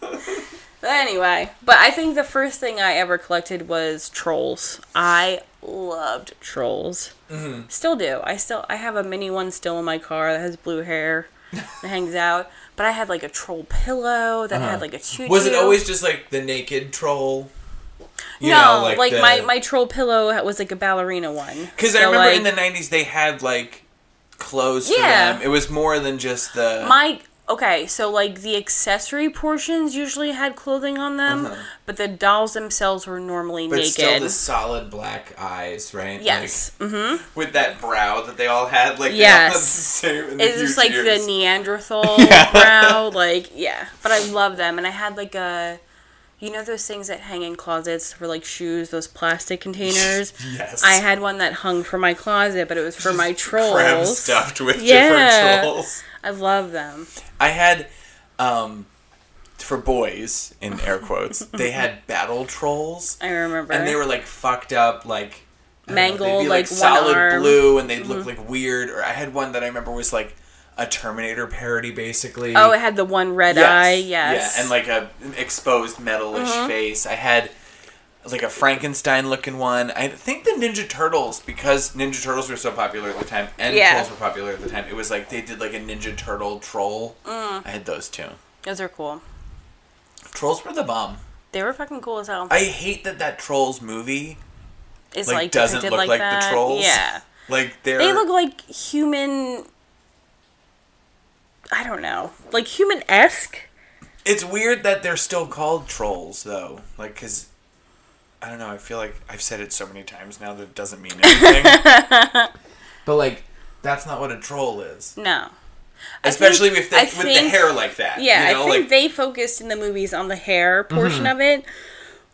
B: But anyway, but I think the first thing I ever collected was trolls. I loved trolls.
A: Mm-hmm.
B: Still do. I still I have a mini one still in my car that has blue hair that hangs out. But I had like a troll pillow that had like a choo
A: Uh-huh. Was it always just like the naked troll? You
B: no, like, my, my troll pillow was like a ballerina one.
A: Because I
B: So,
A: remember
B: like,
A: in the '90s they had like clothes
B: Yeah.
A: for them. It was more than just the
B: my okay, so like the accessory portions usually had clothing on them,
A: Uh-huh.
B: but the dolls themselves were normally
A: But
B: naked.
A: still the solid black eyes, right?
B: yes. mm-hmm.
A: Like, with that brow that they all had, like they all had the
B: Yes.
A: same. and the
B: Mm-hmm. It's just
A: huge
B: like
A: ears.
B: the Neanderthal brow, like yeah. But I love them, and I had like a, you know, those things that hang in closets for like shoes, those plastic containers.
A: Yes.
B: I had one that hung from my closet, but it was for my trolls.
A: crab stuffed with
B: Yeah.
A: different trolls.
B: I love them.
A: I had, um, for boys in air quotes, they had battle trolls,
B: I remember.
A: and they were like fucked up, like I don't know,
B: Mangled,
A: they'd be,
B: like, one
A: solid
B: arm. Mm-hmm.
A: blue, and they'd look like weird. Or I had one that I remember was like a Terminator parody, basically.
B: oh, it had the one red eye. Yes. Mm-hmm.
A: Yeah, and like a exposed metalish face. I had like a Frankenstein looking one. I think the Ninja Turtles, because Ninja Turtles were so popular at the time, and
B: Yeah.
A: trolls were popular at the time. It was like they did like a Ninja Turtle troll.
B: Mm.
A: I had those two.
B: those are cool.
A: Trolls were the bomb.
B: They were fucking cool as hell.
A: I hate that that Trolls movie
B: it's
A: like,
B: like,
A: doesn't
B: depicted
A: look like,
B: that.
A: the trolls.
B: Yeah.
A: like they're
B: They look like human. I don't know, like human esque.
A: It's weird that they're still called trolls, though. Like, because, I don't know, I feel like I've said it so many times now that it doesn't mean anything. but, like, that's not what a troll is.
B: No.
A: Especially
B: think-
A: with, the,
B: I
A: with the
B: think-
A: hair like that.
B: Yeah,
A: you know?
B: I think
A: like, Mm-hmm.
B: they focused in the movies on the hair portion of it,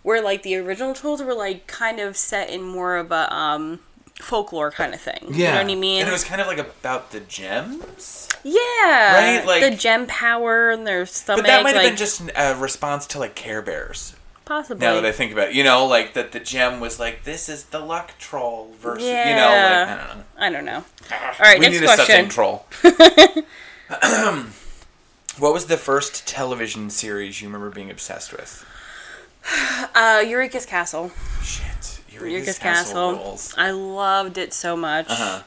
B: where like the original trolls were like kind of set in more of a um folklore kind of thing. You know what I mean?
A: And it was kind of like about the gems,
B: yeah.
A: Right, like-
B: the gem power and their stomach.
A: but that might have
B: like,
A: been just a response to like Care Bears.
B: possibly.
A: Now that I think about it, you know, like that the gem was like this is the luck troll versus, you know, like I don't know.
B: I don't know. All right,
A: we
B: next
A: need a
B: question.
A: stuffed troll. what was the first television series you remember being obsessed with?
B: Uh, Eureka's Castle.
A: Shit, Eureka's,
B: Eureka's
A: Castle.
B: Castle.
A: Rules.
B: I loved it so much.
A: Uh-huh.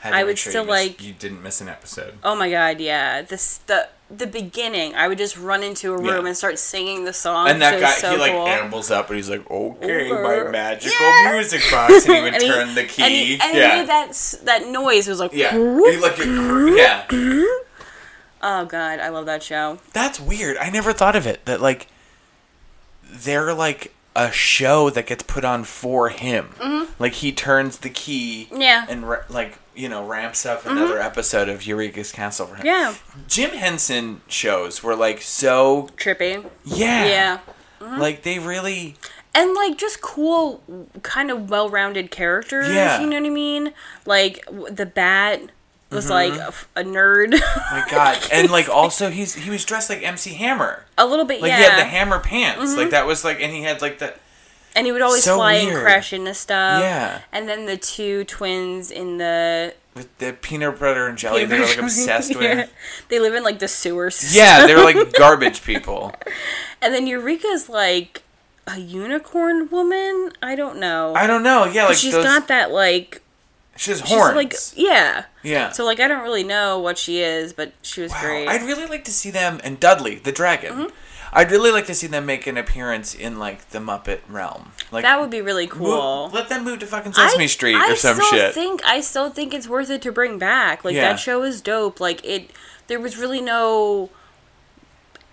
A: Had to
B: I
A: make
B: would
A: sure
B: still
A: you missed-
B: like-
A: you didn't miss an episode.
B: Oh my god, yeah. This the the beginning. I would just run into a room
A: Yeah.
B: and start singing the song.
A: And that
B: Oh, so,
A: guy,
B: so
A: he like
B: cool.
A: ambles up and he's like, "Okay, my
B: Over.
A: magical
B: Yeah.
A: music box," and he would
B: And he-
A: turn the key.
B: And he, and he
A: yeah,
B: made that s- that noise. It was like,
A: yeah. He like, yeah.
B: oh god, I love that show.
A: That's weird. I never thought of it. That like, they're like a show that gets put on for him. Like he turns the key.
B: Mm-hmm. Yeah. Mm-hmm.
A: And ra- like you know ramps up another episode of Eureka's Castle for him.
B: Yeah,
A: Jim Henson shows were like so
B: trippy.
A: yeah.
B: Yeah, Mm-hmm.
A: Like they really
B: and like just cool, kind of well-rounded characters.
A: Yeah.
B: you know what I mean. Like w- the bat
A: Mm-hmm.
B: was like a, f- a nerd.
A: my god. and like also he's he was dressed like MC Hammer.
B: a little bit,
A: Like
B: yeah. Mm-hmm.
A: he had the hammer pants. Like that was like and he had like the
B: and he would always
A: So
B: fly
A: weird.
B: and crash into stuff.
A: Yeah.
B: And then the two twins in the
A: with the peanut butter and jelly they were Oh, like obsessed
B: Yeah.
A: with.
B: They live in like the sewers.
A: Yeah, they were like garbage people.
B: And then Eureka's like a unicorn woman. I don't know.
A: I don't know. Yeah, like
B: she's
A: those,
B: got that like
A: she has
B: she's
A: horns.
B: like yeah.
A: yeah.
B: So like I don't really know what she is, but she was
A: Wow,
B: great. Mm-hmm.
A: I'd really like to see them and Dudley the dragon. I'd really like to see them make an appearance in like the Muppet realm. Like
B: that would be really
A: Move-
B: cool.
A: let them move to fucking
B: I-
A: Sesame Street
B: I
A: or some
B: still
A: shit.
B: Think I still think it's worth it to bring back. Like
A: Yeah.
B: that show is dope. Like it, there was really no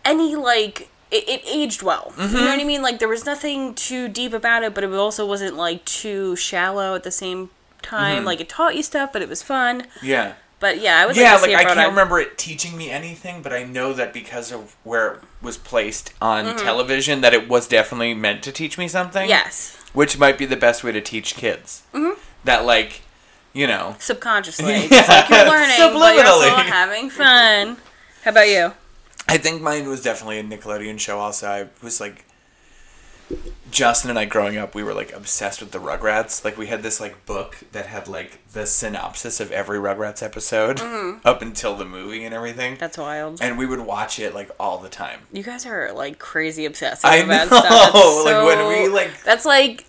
B: any like it, it aged well. You
A: Mm-hmm.
B: know what I mean? Like there was nothing too deep about it, but it also wasn't like too shallow at the same time.
A: Mm-hmm.
B: Like it taught you stuff, but it was fun.
A: yeah.
B: But yeah, I would
A: Yeah,
B: like to
A: like
B: see it
A: I
B: brought
A: can't
B: up.
A: remember it teaching me anything, but I know that because of where it was placed on television, that it was definitely meant to teach me something.
B: Mm-hmm. Yes,
A: Which might be the best way to teach kids. Mm-hmm. That, like, you know.
B: subconsciously, Just like you're learning, but you're also
A: Subliminally.
B: having fun. How about you?
A: I think mine was definitely a Nickelodeon show, also. I was like. Justin and I growing up, we were like obsessed with the Rugrats. Like we had this like book that had like the synopsis of every Rugrats episode up until the movie and everything.
B: Mm-hmm. That's wild.
A: and we would watch it like all the time.
B: You guys are like crazy obsessive
A: I
B: about
A: know,
B: stuff. That's
A: like,
B: so-
A: when we, like- Mm-hmm.
B: that's like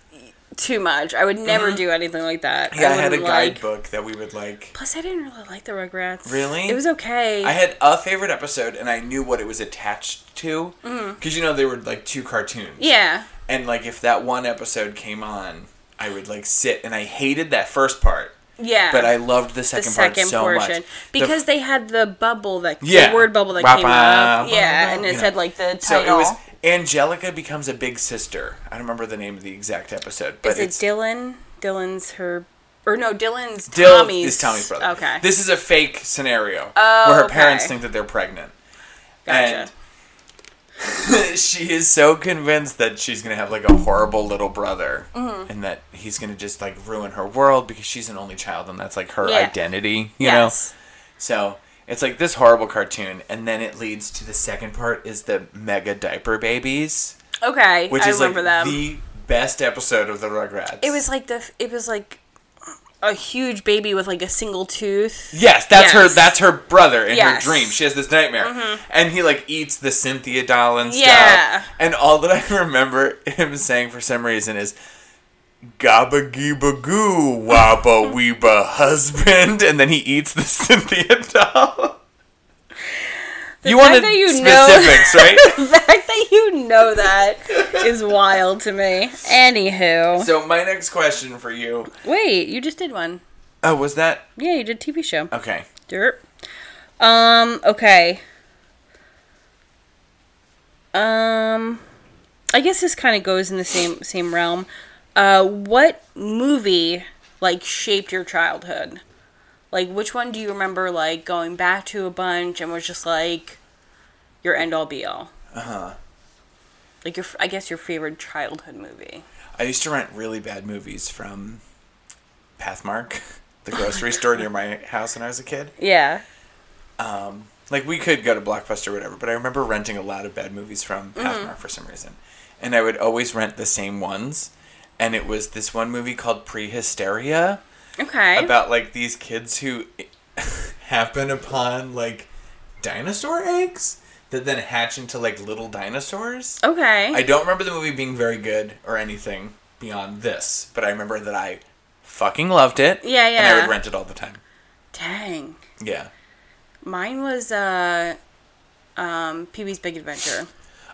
B: too much. I would never do anything like that.
A: Yeah, I, had a
B: wouldn't, like-
A: guidebook that we would like.
B: Plus, I didn't really like the Rugrats.
A: Really?
B: it was okay.
A: I had a favorite episode, and I knew what it was attached to because you know they were like two cartoons.
B: Mm-hmm. yeah,
A: And like if that one episode came on, I would like sit, and I hated that first part.
B: Yeah.
A: But I loved the
B: the
A: second,
B: second
A: part so
B: portion
A: much The
B: because they had the bubble that
A: Yeah.
B: the word bubble that
A: Wah,
B: came
A: bah,
B: up.
A: bah,
B: yeah,
A: bah,
B: and
A: you
B: it
A: know.
B: said like the title.
A: So it was Angelica becomes a big sister. I don't remember the name of the exact episode, but
B: Is it
A: it's
B: Dylan? Dylan's her, or no? Dylan's
A: Dil
B: Tommy's
A: is Tommy's brother.
B: Okay,
A: This is a fake scenario
B: Oh,
A: where her
B: okay.
A: parents think that they're pregnant.
B: gotcha.
A: And she is so convinced that she's going to have like a horrible little brother
B: Mm-hmm.
A: and that he's going to just like ruin her world because she's an only child and that's like her
B: Yeah.
A: identity, you know? So it's like this horrible cartoon. And then it leads to the second part is the mega diaper babies,
B: know? Okay,
A: which
B: I
A: is like
B: remember them.
A: the best episode of the Rugrats.
B: it was like the. f- It was like a huge baby with like a single tooth.
A: Yes, that's her.
B: Yes.
A: That's her brother in
B: Yes. Mm-hmm.
A: her dream. She has this nightmare, and he like eats the Cynthia doll and stuff.
B: Yeah.
A: And all that I remember him saying for some reason is, "Gabba gibba goo, wabba weeba husband," and then he eats the Cynthia doll. you
B: fact
A: wanted
B: that you know-
A: specifics, right?
B: The fact that you know that is wild to me. Anywho,
A: so my next question for you:
B: wait, you just did one.
A: Oh, was that
B: Yeah, you did TV show.
A: okay?
B: Derp. Um, okay. Um I guess this kind of goes in the same same realm. Uh what movie like shaped your childhood? Like which one do you remember like going back to a bunch and was just like your end all be all? Uh-huh. Like your I guess your favorite childhood movie.
A: I used to rent really bad movies from Pathmark, the grocery store near my house when I was a kid.
B: Yeah.
A: Like we could go to Blockbuster or whatever, but I remember renting a lot of bad movies from Pathmark for some reason. And I would always rent the same ones. And it was this one movie called Prehysteria
B: Okay.
A: about like these kids who happen upon like dinosaur eggs that then hatch into like little dinosaurs.
B: okay.
A: I don't remember the movie being very good or anything beyond this, but I remember that I fucking loved it.
B: Yeah,
A: And I
B: yeah.
A: would rent it all the time.
B: Dang.
A: Yeah.
B: Mine was uh um Pee Wee's Big Adventure.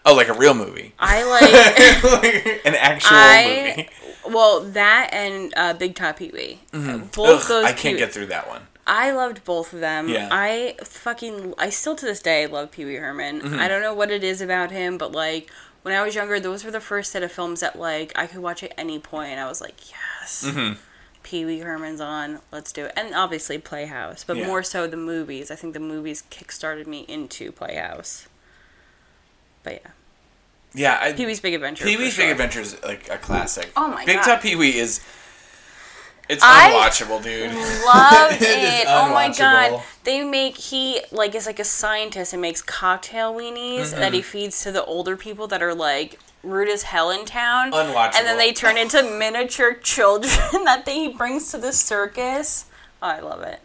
A: Oh, like a real movie.
B: I like
A: Like, an actual
B: I
A: movie.
B: well that and uh, Big Top Pee Wee. Uh, Both
A: Mm-hmm. Ugh,
B: those
A: I can't
B: Pee-
A: get through that one.
B: I loved both of them.
A: Yeah.
B: I fucking I still to this day love Pee Wee Herman.
A: Mm-hmm.
B: I don't know what it is about him, but like when I was younger, those were the first set of films that like I could watch at any point. I was like, yes.
A: Mm-hmm.
B: Pee Wee Herman's on. Let's do it. And obviously Playhouse, but
A: Yeah.
B: more so the movies. I think the movies kickstarted me into Playhouse. But yeah,
A: Yeah, I,
B: Pee Wee's Big Adventure.
A: Pee
B: for
A: Wee's
B: sure.
A: Big Adventure is like a classic.
B: Oh my
A: Big
B: God.
A: Top Pee Wee is it's
B: I-
A: unwatchable, dude.
B: Loved it.
A: It is
B: oh my god.
A: unwatchable.
B: They make he like is like a scientist and makes cocktail weenies that
A: Mm-hmm.
B: he feeds to the older people that are like rude as hell in town. And then
A: Unwatchable.
B: they turn into miniature children that they, he brings to the circus. Oh, I love it.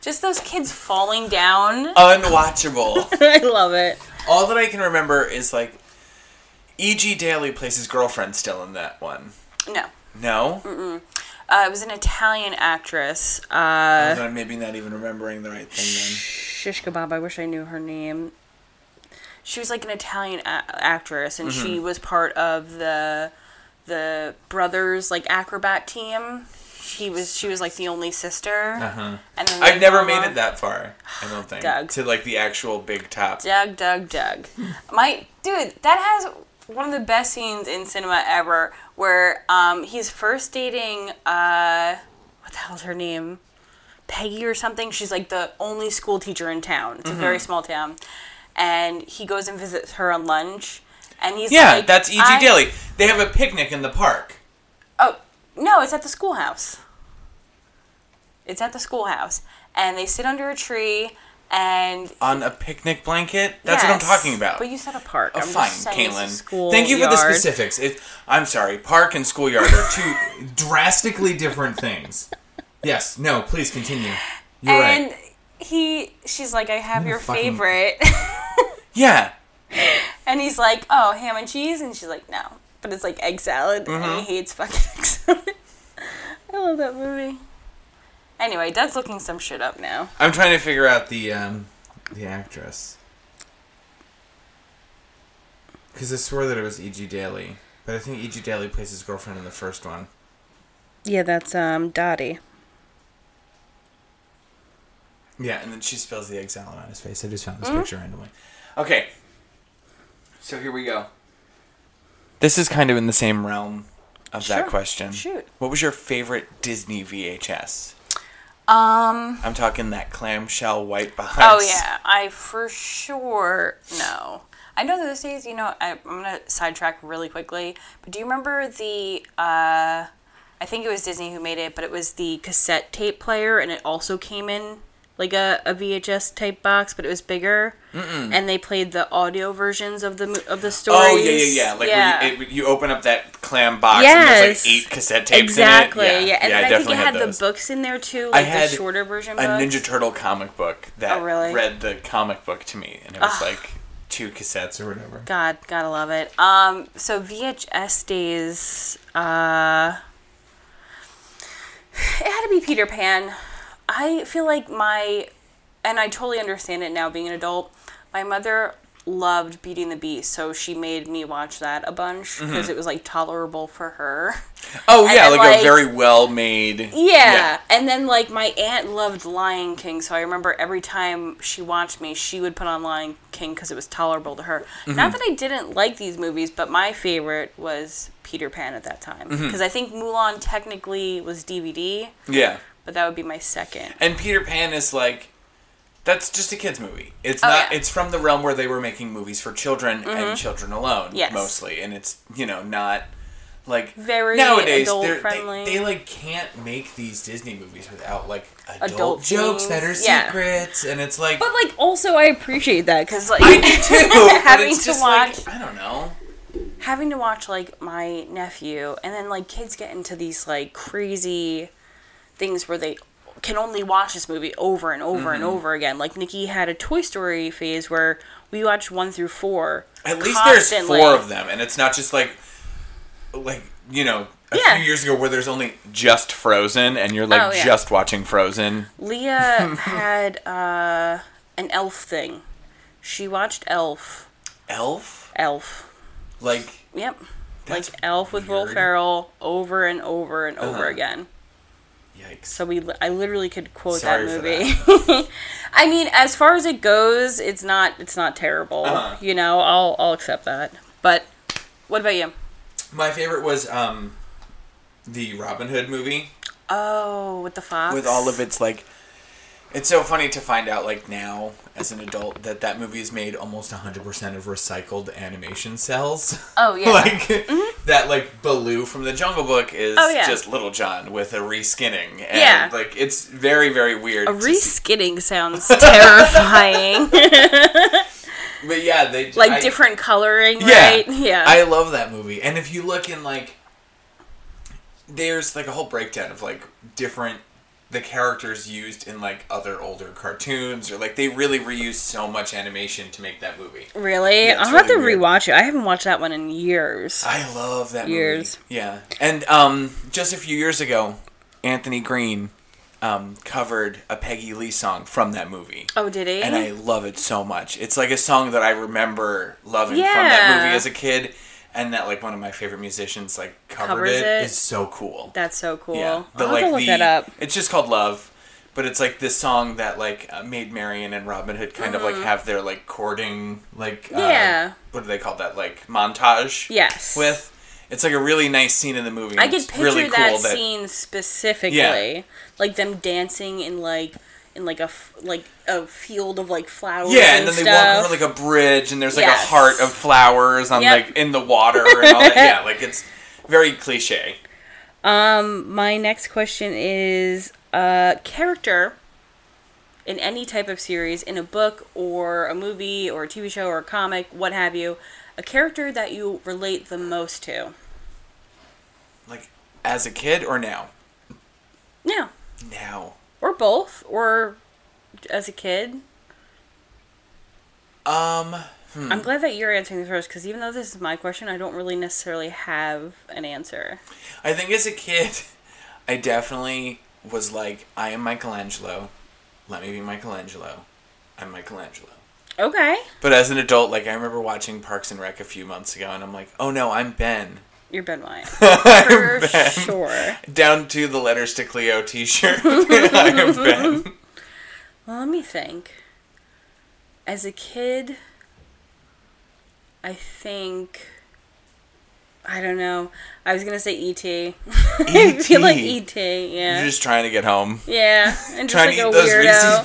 B: Just those kids falling down.
A: Unwatchable.
B: I love it.
A: All that I can remember is like E.G. Daly plays his girlfriend still in that one.
B: No.
A: No?
B: Uh, it was an Italian actress. Uh,
A: Hold on, I'm maybe not even remembering the right thing then.
B: shish kebab. I wish I knew her name. She was like an Italian a- actress, and she
A: Mm-hmm.
B: was part of the the brothers like acrobat team. She was she was like the only sister. And then
A: Uh-huh. I've
B: they
A: never
B: come
A: made
B: on-
A: it that far. I don't think
B: Doug.
A: to like the actual big top.
B: Doug, Doug, Doug. My dude, that has one of the best scenes in cinema ever, where um, he's first dating uh, what the hell's her name, Peggy or something. She's like the only school teacher in town. It's a very
A: Mm-hmm.
B: small town, and he goes and visits her on lunch, and he's
A: Yeah,
B: like,
A: that's E E.G.
B: I-
A: Daly. They have a picnic in the park.
B: Oh no, it's at the schoolhouse. It's at the schoolhouse, and they sit under a tree. And
A: On a picnic blanket? That's what I'm
B: Yes,
A: talking about.
B: But you said a park.
A: Oh,
B: I'm
A: fine,
B: just saying it's a
A: Caitlin. Thank you for the
B: schoolyard.
A: specifics. It, I'm sorry, park and schoolyard are two drastically different things. Yes, no, please continue. You're
B: and
A: right.
B: he she's like i have your
A: fucking-
B: favorite
A: Yeah,
B: and he's like oh ham and cheese and she's like no but it's like egg salad
A: Mm-hmm.
B: and he hates fucking egg salad i love that movie anyway doug's looking some shit up now
A: I'm trying to figure out the um, the actress because I swore that it was E.G. Daly, E but I think E.G. Daly plays his girlfriend in the first one.
B: yeah that's um dottie
A: Yeah, and then she spills the egg salad on his face. I just found this
B: Mm-hmm.
A: picture randomly. Okay. So here we go. This is kind of in the same realm of
B: Sure.
A: that question.
B: Shoot.
A: What was your favorite Disney VHS?
B: Um.
A: I'm talking that clamshell white box.
B: Oh yeah, I for sure know. I know those days. You know, I, I'm gonna sidetrack really quickly. But do you remember the? Uh, I think it was Disney who made it, but it was the cassette tape player, and it also came in like a, a VHS type box, but it was bigger. Mm-mm. And they played the audio versions of the mo- of the stories.
A: Oh yeah, yeah, yeah. Like Where you, it, you open up that clam box and there's
B: Yes.
A: like eight cassette tapes
B: exactly.
A: in it.
B: Yeah, and then I, think
A: definitely
B: it had,
A: those.
B: the books in there too,
A: I
B: like
A: had
B: the shorter version.
A: a
B: books.
A: Ninja Turtle comic book that
B: Oh, really?
A: read the comic book to me, and it was like two cassettes or whatever.
B: God, gotta love it. Um, so VHS days, uh, it had to be Peter Pan. I feel like my, and I totally understand it now being an adult. My mother loved Beating the Beast, so she made me watch that a bunch because it was like tolerable for her.
A: Oh yeah,
B: then,
A: like,
B: like-
A: a very well made.
B: Yeah. And then like my aunt loved Lion King, so I remember every time she watched me, she would put on Lion King because it was tolerable to her. Not that I didn't like these movies, but my favorite was Peter Pan at that time because I think Mulan technically was DVD,
A: yeah.
B: but that would be my second.
A: And Peter Pan is like, that's just a kids movie. It's
B: Oh,
A: not.
B: yeah. Mm-hmm.
A: It's from the realm where they were making movies for children and children alone,
B: Yes.
A: mostly. And it's you know not like
B: Very
A: nowadays they're-
B: adult-friendly.
A: They, they like can't make these Disney movies without like adult,
B: Adult
A: jokes that are
B: themes. Yeah.
A: secrets, and it's like.
B: But like also I appreciate that because like
A: I do too, but
B: Having
A: it's
B: to
A: just like,
B: watch-
A: I don't know.
B: having to watch like my nephew and then like kids get into these like crazy things where they can only watch this movie over and over
A: Mm-hmm.
B: and over again. Like Nikki had a Toy Story phase where we watched one through four.
A: At least
B: constantly.
A: there's four of them, and it's not just like, like you know, a
B: Yeah.
A: few years ago where there's only just Frozen, and you're like
B: Oh, yeah.
A: just watching Frozen.
B: Leah had uh, an elf thing. She watched Elf.
A: Elf,
B: Elf.
A: like
B: Yep.
A: that's
B: like Elf with Will
A: weird. Uh-huh.
B: Ferrell over and over and over again.
A: Yikes.
B: So we, li- I literally could quote
A: Sorry for
B: that movie. I mean, as far as it goes, it's not it's not terrible.
A: Uh-huh.
B: You know, I'll I'll accept that. But what about you?
A: My favorite was um, the Robin Hood movie
B: Oh, with the fox.
A: with all of its like. It's so funny to find out like now as an adult that that movie is made almost 100% of recycled animation cells.
B: Oh yeah. Mm-hmm.
A: like that like Baloo from the Jungle Book is
B: Oh, yeah.
A: just Little John with a reskinning. And,
B: Yeah.
A: like it's very very weird.
B: a
A: to see-
B: reskinning sounds terrifying.
A: but yeah, they
B: like
A: I-
B: different coloring,
A: Yeah,
B: right? Yeah.
A: I love that movie. And if you look in like, there's like a whole breakdown of like different the characters used in like other older cartoons or like they really reuse so much animation to make that movie.
B: really?
A: Yeah, it's
B: I'll have to
A: really weird.
B: rewatch it. I haven't watched that one in years.
A: I love that
B: Years.
A: movie. Yeah. And um, just a few years ago, Anthony Green um, covered a Peggy Lee song from that movie.
B: oh, did he?
A: And I love it so much. It's like a song that I remember loving from that
B: Yeah.
A: movie as a kid. And that like one of my favorite musicians like covered
B: Covers it.
A: it is so cool.
B: That's so cool.
A: yeah,
B: I'll have to look that up.
A: It's just called Love, but it's like this song that like uh, Maid Marian and Robin Hood kind of like have their like courting like uh,
B: Mm-hmm. Yeah.
A: what do they call that like montage?
B: Yes.
A: with. It's like a really nice scene in the movie.
B: I
A: and
B: could
A: it's
B: picture
A: really
B: that
A: cool that
B: scene specifically,
A: Yeah.
B: like them dancing in like in like a f- like a field of like flowers.
A: Yeah, and then they walk
B: stuff.
A: over like a bridge, and there's like
B: Yes.
A: a heart of flowers on
B: Yep.
A: like in the water and all that. Yeah, like it's very cliche.
B: Um, My next question is uh, character in any type of series, in a book or a movie or a TV show or a comic, what have you, a character that you relate the most to.
A: Like as a kid or now,
B: Yeah,
A: now.
B: or both, or as a kid.
A: Um,
B: I'm glad that you're answering this first because even though this is my question, I don't really necessarily have an answer.
A: I think as a kid, I definitely was like, I am Michelangelo. Let me be Michelangelo. I'm Michelangelo.
B: Okay.
A: But as an adult, like I remember watching Parks and Rec a few months ago, and I'm like, oh no, I'm Ben.
B: You're Ben Wyatt. For sure.
A: Down to the letters to Cleo T-shirt. I am Ben.
B: Well, let me think. As a kid, I think. I don't know. I was gonna say E.T. I feel like E.T. Yeah.
A: You're E just trying to get home.
B: yeah, and just
A: trying
B: like
A: to
B: a
A: eat those
B: weirdo,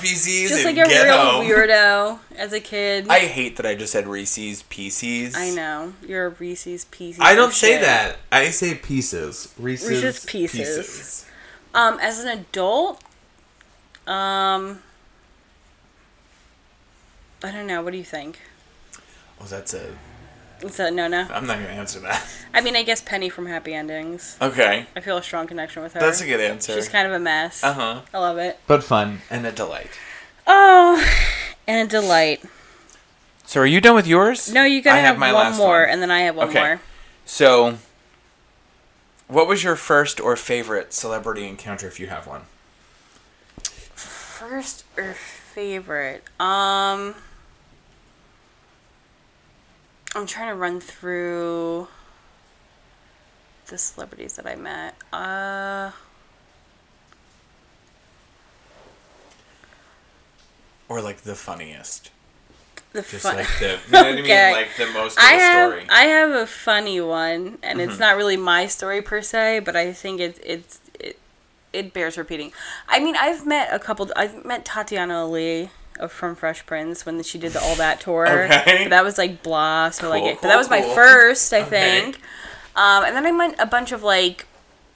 A: Reese's Pieces
B: just like
A: and
B: a
A: get
B: real
A: home.
B: weirdo as a kid.
A: I hate that I just said Reese's Pieces.
B: I know you're a Reese's Pieces.
D: I don't
B: of
D: say
B: shit.
D: that. I say pieces. Reese's,
B: Reese's Pieces. Um, as an adult, um, I don't know. What do you think?
D: Oh, that's a.
B: Is that no, no?
D: I'm not gonna answer that.
B: I mean, I guess Penny from Happy Endings.
A: Okay,
B: I feel a strong connection with her.
A: that's a good answer.
B: She's kind of a mess.
A: Uh huh.
B: I love it.
D: But fun.
A: And a delight.
B: Oh, and a delight.
A: So are you done with yours?
B: No, you gotta
A: I
B: have,
A: my
B: one
A: last
B: more,
A: one.
B: and then I have one
A: Okay.
B: more.
A: So, what was your first or favorite celebrity encounter, if you have one?
B: First or favorite? Um, I'm trying to run through the celebrities that I met. Uh,
A: Or like the funniest?
B: the
A: Just
B: fun-
A: like the, you know what I
B: Okay.
A: mean? Like the most of
B: I
A: the
B: have
A: story. Mm-hmm.
B: I have a funny one, and it's not really my story per se, but I think it it's it it bears repeating. I mean, I've met a couple. I've met Tatiana Ali of from Fresh Prince when she did the All That tour.
A: Okay.
B: But that was like blah, so like,
A: Cool,
B: it- but that
A: cool,
B: was my
A: cool.
B: first, I
A: Okay.
B: think. Um, and then I met a bunch of like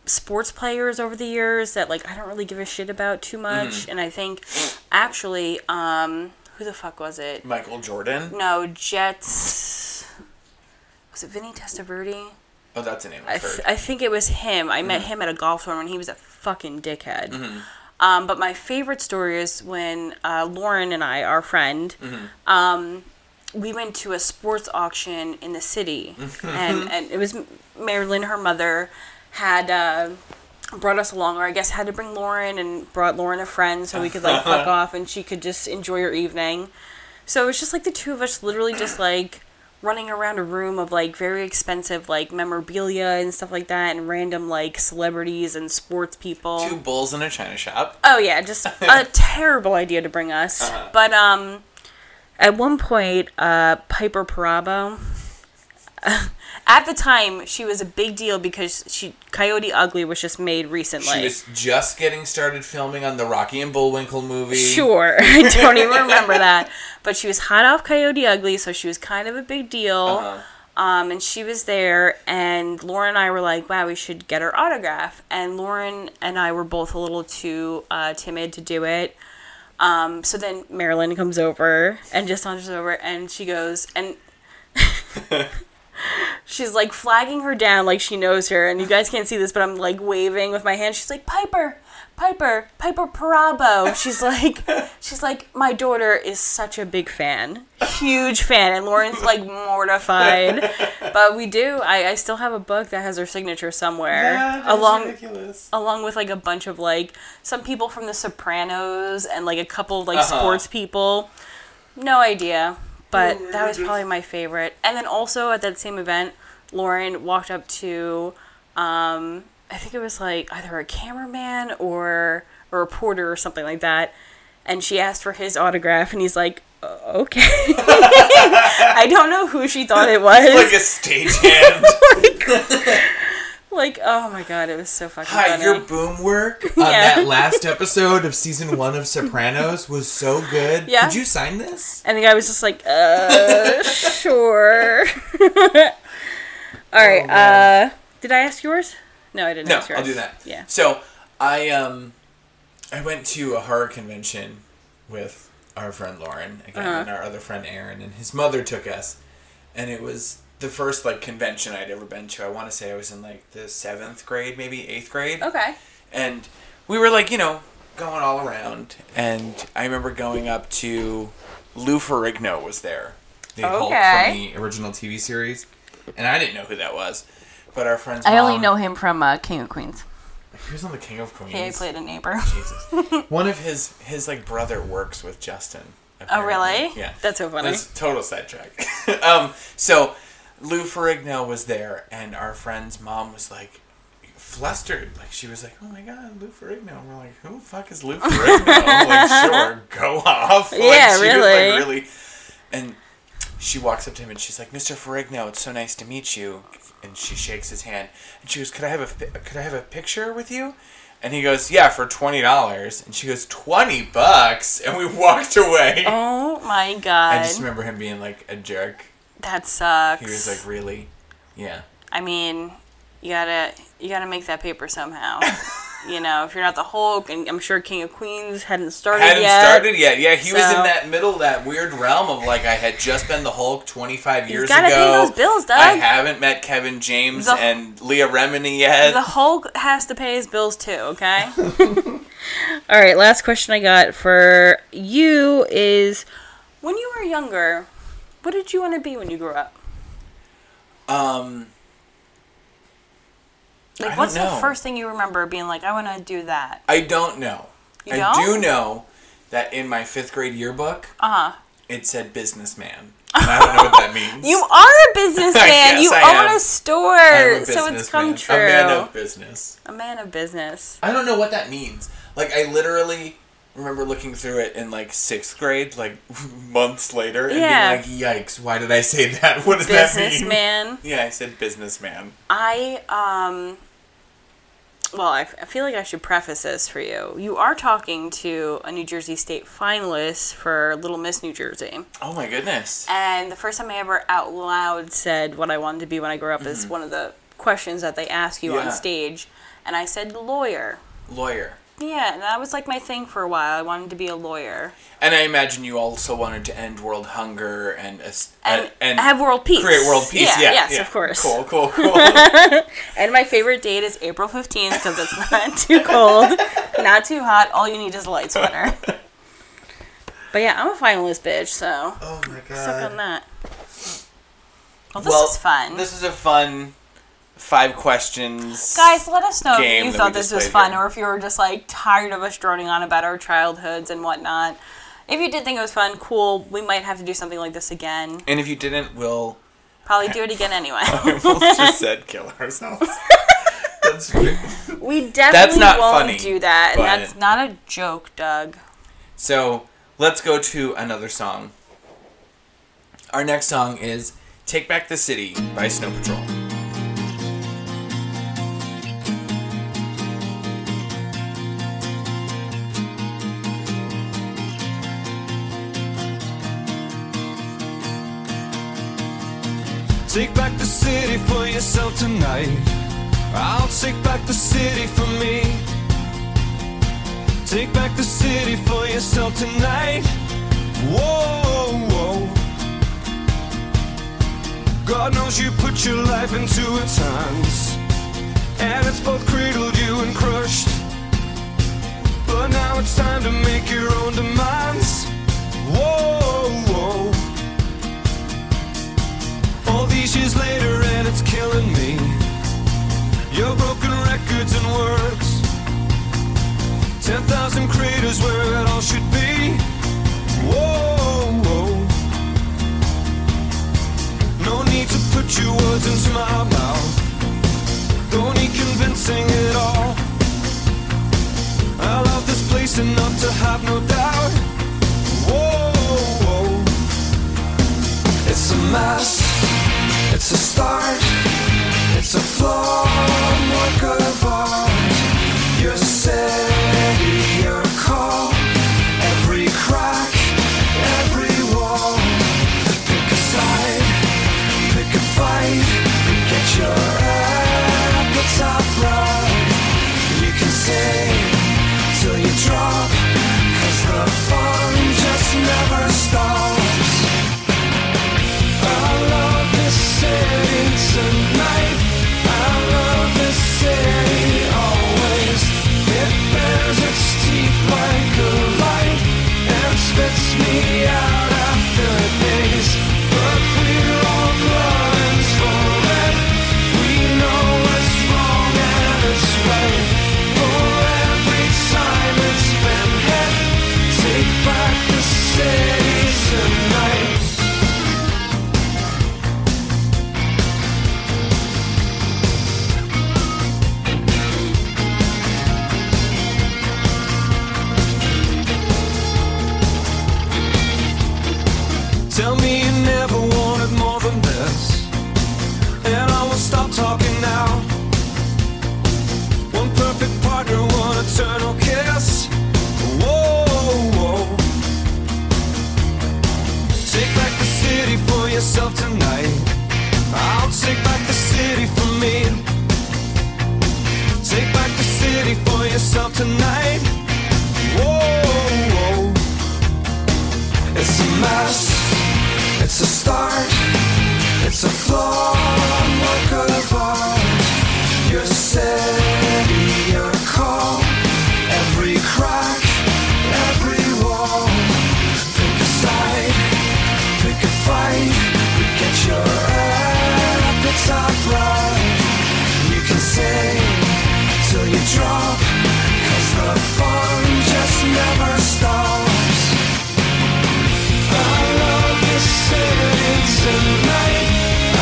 B: sports players over the years that like I don't really give a shit about too much,
A: Mm.
B: and I think actually, um, who the fuck was it?
A: Michael Jordan?
B: No, Jets. Was it Vinny Testaverde?
A: Oh, that's a name
B: I,
A: I've
B: th-
A: heard.
B: I think it was him. I met him at a golf tournament. He was a fucking dickhead. Um, but my favorite story is when uh, Lauren and I, our friend, um, we went to a sports auction in the city, and, and it was Marilyn, her mother, had. Uh, brought us along or i guess had to bring lauren and brought lauren a friend so we could like fuck off and she could just enjoy her evening so it was just like the two of us literally just like running around a room of like very expensive like memorabilia and stuff like that and random like celebrities and sports people
A: Two bulls in a china shop.
B: Oh yeah, just a terrible idea to bring us.
A: Uh-huh.
B: But um, at one point, uh, Piper Parabo. at the time, she was a big deal because she Coyote Ugly was just made recently.
A: She was just getting started filming on the Rocky and Bullwinkle movie.
B: Sure, I don't even remember that. But she was hot off Coyote Ugly, so she was kind of a big deal. Um, and she was there, and Lauren and I were like, "Wow, we should get her autograph." And Lauren and I were both a little too uh, timid to do it. Um, so then Marilyn comes over and just saunters over, and she goes and. She's like flagging her down like she knows her, and you guys can't see this, but I'm like waving with my hand. She's like, Piper, Piper, Piper Parabo. She's like, she's like, my daughter is such a big fan, huge fan, and Lauren's like mortified. But we do. I, I still have a book that has her signature somewhere, along
D: ridiculous.
B: along with like a bunch of like some people from The Sopranos and like a couple of like
A: Uh-huh.
B: sports people. No idea, but
A: Oh,
B: that was probably my favorite. And then also at that same event, Lauren walked up to, um, I think it was like either a cameraman or a reporter or something like that, and she asked for his autograph, and he's like, "O- "Okay." I don't know who she thought it was.
A: Like a stagehand.
B: like, oh my god, it was so fucking
A: Hi,
B: funny.
A: your boom work
D: Uh,
B: Yeah.
D: That last episode of season one of Sopranos was so good.
B: Yeah.
D: Did you sign this?
B: And the guy was just like, uh, sure. All right. uh, did I ask yours? No, I didn't
A: Oh, No,
B: ask yours.
A: I'll do that.
B: Yeah.
A: So I um I went to a horror convention with our friend Lauren again
B: Uh-huh.
A: and our other friend Aaron and his mother took us and it was the first like convention I'd ever been to. I want to say I was in like the seventh grade, maybe eighth grade.
B: Okay.
A: And we were like, you know, going all around. And I remember going up to Lou Ferrigno was there, the Hulk
B: Okay.
A: from the original TV series, and I didn't know who that was. But our friends,
B: I only
A: mom-
B: know him from uh, King of Queens.
A: he was on the King of Queens.
B: Yeah, he played a neighbor.
A: Jesus. One of his his like brother works with Justin.
B: Oh, really?
A: Yeah,
B: That's so funny.
A: That's total sidetrack. um, so Lou Ferrigno was there, and our friend's mom was like, flustered. Like she was like, "Oh my god, Lou Ferrigno." And we're like, "Who the fuck is Lou Ferrigno?" I'm like, "Sure, go off." Like,
B: Yeah,
A: she
B: really.
A: Was like, really. And she walks up to him and she's like, "Mr. Ferrigno, it's so nice to meet you." And she shakes his hand and she goes, "Could I have a pi- could I have a picture with you?" And he goes, "Yeah, for twenty dollars." And she goes, 20 bucks," and we walked away.
B: Oh my
A: I
B: god,
A: just remember him being like a jerk.
B: that sucks.
A: He was like, "Really?" Yeah.
B: I mean, you gotta you gotta make that paper somehow. you know, if you're not the Hulk, and I'm sure King of Queens hadn't started
A: hadn't
B: yet.
A: started yet. Yeah, he was in
B: So-
A: that middle, that weird realm of like I had just been the Hulk 25 years
B: gotta pay
A: ago.
B: those bills, Doug.
A: I haven't met Kevin James
B: The-
A: and Leah Remini yet.
B: The Hulk has to pay his bills too, okay? All right, last question I got for you is when you were younger, what did you want to be when you grew up?
A: um,
B: Like,
A: don't
B: what's
A: know.
B: the first thing you remember being like, I want to do that?
A: I don't know.
B: You
A: I do
B: don't?
A: know that in my fifth grade yearbook,
B: Uh huh.
A: it said businessman. And I don't know what that means.
B: You are a businessman.
A: guess
B: you
A: I
B: own
A: am.
B: a store,
A: I'm a
B: so it's come
A: businessman.
B: true.
A: A man of business.
B: A man of business.
A: I don't know what that means. Like I literally remember looking through it in like sixth grade, like months later, and
B: Yeah.
A: being like, "Yikes! Why did I say that? What does that mean?"
B: Businessman.
A: Yeah, I said businessman.
B: I um well, I, f- I feel like I should preface this for you. You are talking to a New Jersey State finalist for Little Miss New Jersey.
A: Oh my goodness!
B: And the first time I ever out loud said what I wanted to be when I grew up is one of the questions that they ask you
A: Mm-hmm. Yeah.
B: on stage. And I said lawyer.
A: Lawyer.
B: Yeah, and that was like my thing for a while. I wanted to be a lawyer
A: And I imagine you also wanted to end world hunger and as-
B: and,
A: and, and
B: have world peace.
A: create world peace. Yeah,
B: yes,
A: yeah.
B: of course.
A: Cool, cool, cool.
B: And my favorite date is April 15th because it's not too cold, not too hot. All you need is a light sweater. But yeah, I'm a finalist bitch, so
D: Oh my god.
B: suck on that. Well, this
A: Well,
B: is fun.
A: This is a fun five questions.
B: Guys, let us know if
A: game
B: you
A: that
B: thought
A: we
B: this
A: just
B: was
A: played
B: fun
A: here.
B: or if you were just like tired of us droning on about our childhoods and whatnot. If you did think it was fun, cool. We might have to do something like this again.
A: and if you didn't, we'll
B: Probably do it again anyway.
A: we'll just said kill ourselves. That's
B: we definitely
A: not
B: won't
A: funny,
B: do that,
A: but-
B: and that's not a joke, Doug.
A: So let's go to another song. Our next song is Take Back the City by Snow Patrol.
E: Take back the city for yourself tonight. I'll take back the city for me. Take back the city for yourself tonight. Whoa, whoa. God knows you put your life into its hands. And it's both cradled you and crushed. But now it's time to make your own demands. Whoa, whoa. All these years later, and it's killing me. Your broken records and words. 10,000 craters where it all should be. Whoa, whoa. No need to put your words into my mouth. Don't need convincing at all. I love this place enough to have no doubt. Whoa, whoa. It's a mess. It's a start. It's a flawed work of art. Your city, your call. Every crack, every wall. Pick a side, pick a fight. Get your appetite right. You can sing till you drop. Cause the fun just never stops. I love this city tonight. I love this city always. It better Tell me you never wanted more than this. And I will stop talking now. One perfect partner, one eternal kiss. Whoa, whoa. Take back the city for yourself tonight. I'll take back the city for me. Take back the city for yourself tonight. Whoa, whoa. It's a mess. It's a start. It's a flawed work of art. Your city, your call. Every crack, every wall. Pick a side, pick a fight. Get your appetite right. You can sing till you drop. Cause the fun just never stops. I love this city tonight.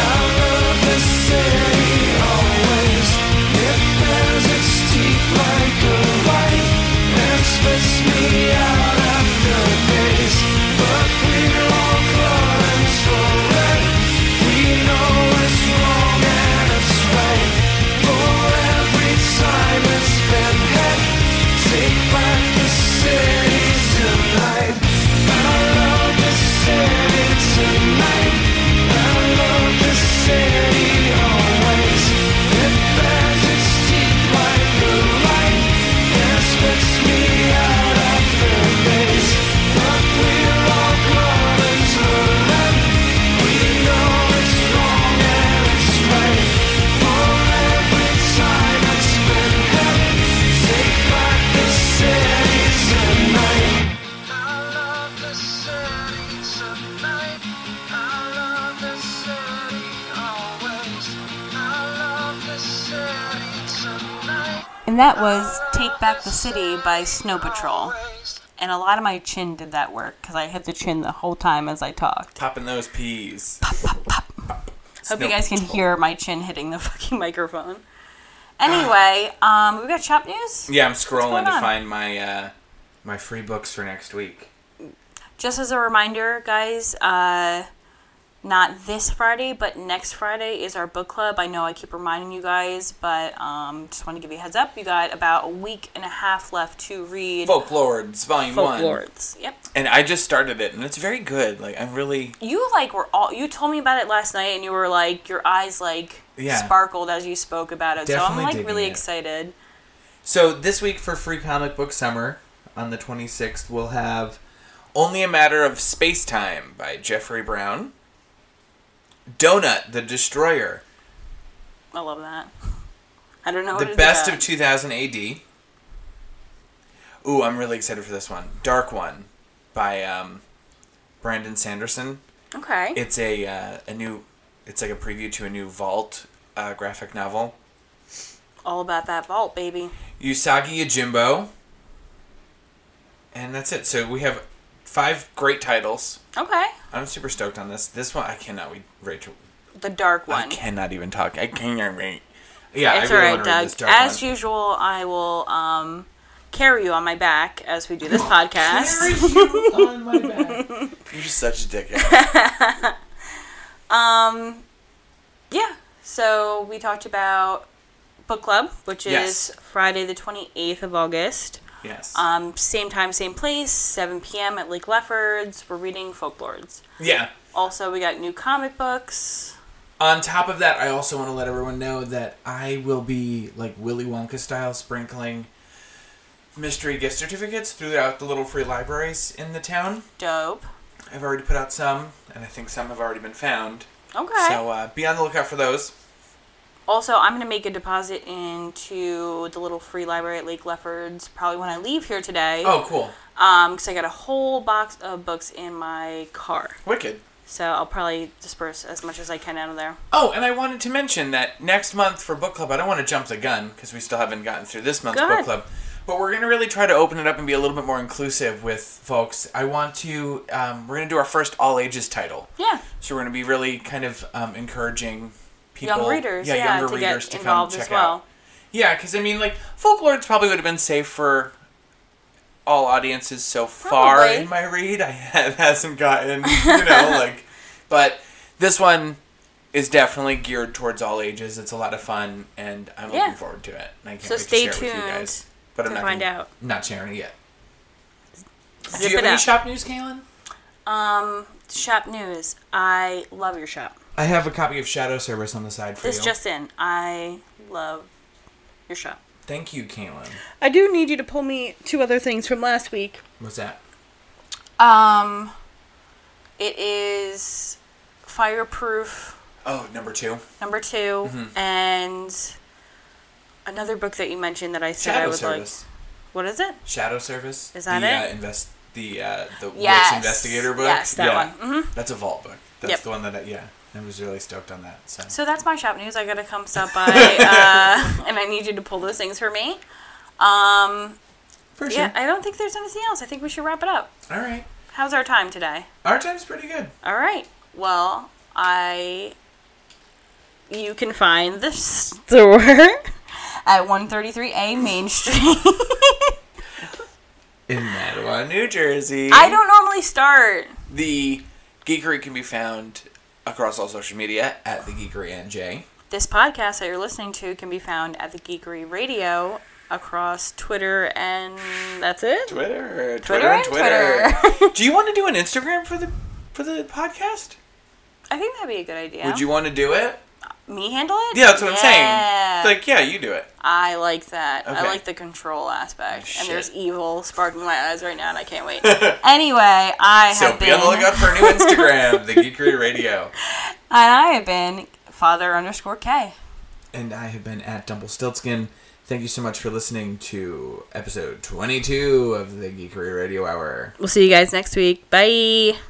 E: I love this city always. It bears its teeth like a light and spits me out after days. But we're all clients for it. We know it's wrong and it's right. For every time it's been had, take back the city tonight. I love this city tonight. I love this city always. It bears its teeth like a light and spits me out after days. But we're all clients for it. We know it's wrong and it's right. For every time it's been had, take back the city tonight. I love the city tonight. I love the city always. I love the city tonight.
B: And that was Take Back the City by Snow Patrol. And a lot of my chin did that work because I hit the chin the whole time as I talked.
A: Popping those peas.
B: Hope
A: Snow
B: you guys can
A: Patrol.
B: hear my chin hitting the fucking microphone. Anyway, um, we got shop news.
A: Yeah, I'm scrolling
B: going
A: to
B: on?
A: find my uh, my free books for next week.
B: Just as a reminder, guys, uh, not this Friday, but next Friday is our book club. I know I keep reminding you guys, but um, just want to give you a heads up. You got about a week and a half left to read
A: Folklords, Volume One.
B: Folklords. Yep.
A: And I just started it, and it's very good. Like I'm really
B: you like were all you told me about it last night and you were like your eyes like
A: Yeah.
B: sparkled as you spoke about it so
D: Definitely
B: i'm like
D: digging
B: really
D: it.
B: excited
D: So this week for Free Comic Book Summer on the 26th, we'll have
A: only a matter of space time by Jeffrey Brown. Donut the Destroyer,
B: i love that i don't know what
A: the
B: it's
A: best
B: about.
A: of 2000 AD. Ooh, I'm really excited for this one. Dark One by um, Brandon Sanderson.
B: okay
A: It's a uh, a new. It's like a preview to a new Vault uh, graphic novel.
B: all about that vault baby
A: Usagi Yojimbo. And that's it. So we have five great titles.
B: okay
A: I'm super stoked on this. This one I cannot wait. Rachel,
B: the dark
A: I
B: one
A: cannot even talk. I cannot wait. Yeah,
B: it's
A: I really
B: all right
A: want to read
B: doug
A: this dark
B: as
A: one.
B: usual i will um carry you on my back as we do this podcast
D: on my back.
A: You're just such a dickhead.
B: yeah so we talked about book club which is
A: Yes.
B: friday the 28th of august
A: yes.
B: Um, same time, same place, 7 p.m. at Lake Lefferts. We're reading Folklords.
A: yeah.
B: Also, we got new comic books.
D: On top of that, I also want to let everyone know that I will be like Willy Wonka style sprinkling
A: Mystery gift certificates throughout the little free libraries in the town.
B: Dope.
A: I've already put out some, and I think some have already been found.
B: Okay.
A: So uh, be on the lookout for those.
B: also, I'm going to make a deposit into the little free library at Lake Lefferts probably when I leave here today.
A: Oh, cool.
B: Because I got a whole box of books in my car.
A: Wicked.
B: So I'll probably disperse as much as I can out of there.
A: Oh, and I wanted to mention that next month for book club, I don't want to jump the gun because we still haven't gotten through this month's
B: Go
A: book
B: ahead.
A: club. But we're going to really try to open it up and be a little bit more inclusive with folks. I want to, um, we're going to do our first all ages title.
B: Yeah.
A: So we're going to be really kind of um, encouraging people.
B: Young readers. Yeah,
A: younger
B: to
A: readers
B: get
A: to come
B: involved
A: check
B: as well.
A: out. Yeah, because I mean, like, Folklords probably would have been safe for all audiences so far
B: Probably.
A: in my read. I have, hasn't gotten, you know, like, but this one is definitely geared towards all ages. It's a lot of fun, and I'm
B: Yeah.
A: looking forward to it. And I can't
B: So
A: wait
B: stay
A: to share it with
B: tuned
A: you guys. But I'm
B: to
A: not
B: find
A: gonna-
B: out.
D: Not sharing it yet.
A: Do
B: Zip
A: you have
B: it
A: any
B: up.
A: shop news, Kaylin?
B: um, shop news. I love your shop.
D: I have a copy of Shadow Service on the side for
B: This
D: you.
B: just in. I love your shop.
D: Thank you, Caitlin.
B: I do need you to pull me two other things from last week.
D: What's that?
B: Um, it is fireproof
A: Oh, number two.
B: number 2
A: Mm-hmm.
B: and another book that you mentioned that I said I
A: Shadow
B: would
A: Service.
B: like. What is it?
A: Shadow Service.
B: Is that
A: the, Uh,
B: it?
A: invest the uh, the
B: Yes.
A: witch investigator book.
B: Yes, that
A: yeah.
B: one. Mm-hmm.
A: That's a vault book. That's
B: Yep.
A: the one that I, yeah. I was really stoked on that. So,
B: So that's my shop news. I gotta come stop by, uh, and I need you to pull those things for me. Um,
D: For
B: yeah, I don't think there's anything else. I think we should wrap it up.
D: All right.
B: How's our time today?
D: Our time's pretty good.
B: All right. Well, I. You can find the store at 133A Main Street.
D: In that
A: Ottawa, New Jersey.
B: I don't normally start.
A: The Geekery can be found across all social media at the Geekery NJ.
B: This podcast that you're listening to can be found at the Geekery Radio across Twitter, and that's it.
A: Twitter,
B: Twitter and Twitter.
A: do you want to do an Instagram for the for the podcast?
B: I think that'd be a good idea.
A: Would you want to do it?
B: me handle it?
A: Yeah, that's what I'm
B: Yeah.
A: saying. Like, yeah, you do it.
B: I like that. I
A: Okay.
B: like the control aspect.
A: Oh,
B: and there's
A: shit.
B: evil sparking my eyes right now, and I can't wait. anyway, I
A: So
B: have
A: be
B: been.
A: on the lookout for a new Instagram, the Geekery Radio.
B: And I have been father underscore K.
D: And I have been at Stiltskin. Thank you so much for listening to episode 22 of the Geekery Radio Hour.
B: We'll see you guys next week. Bye.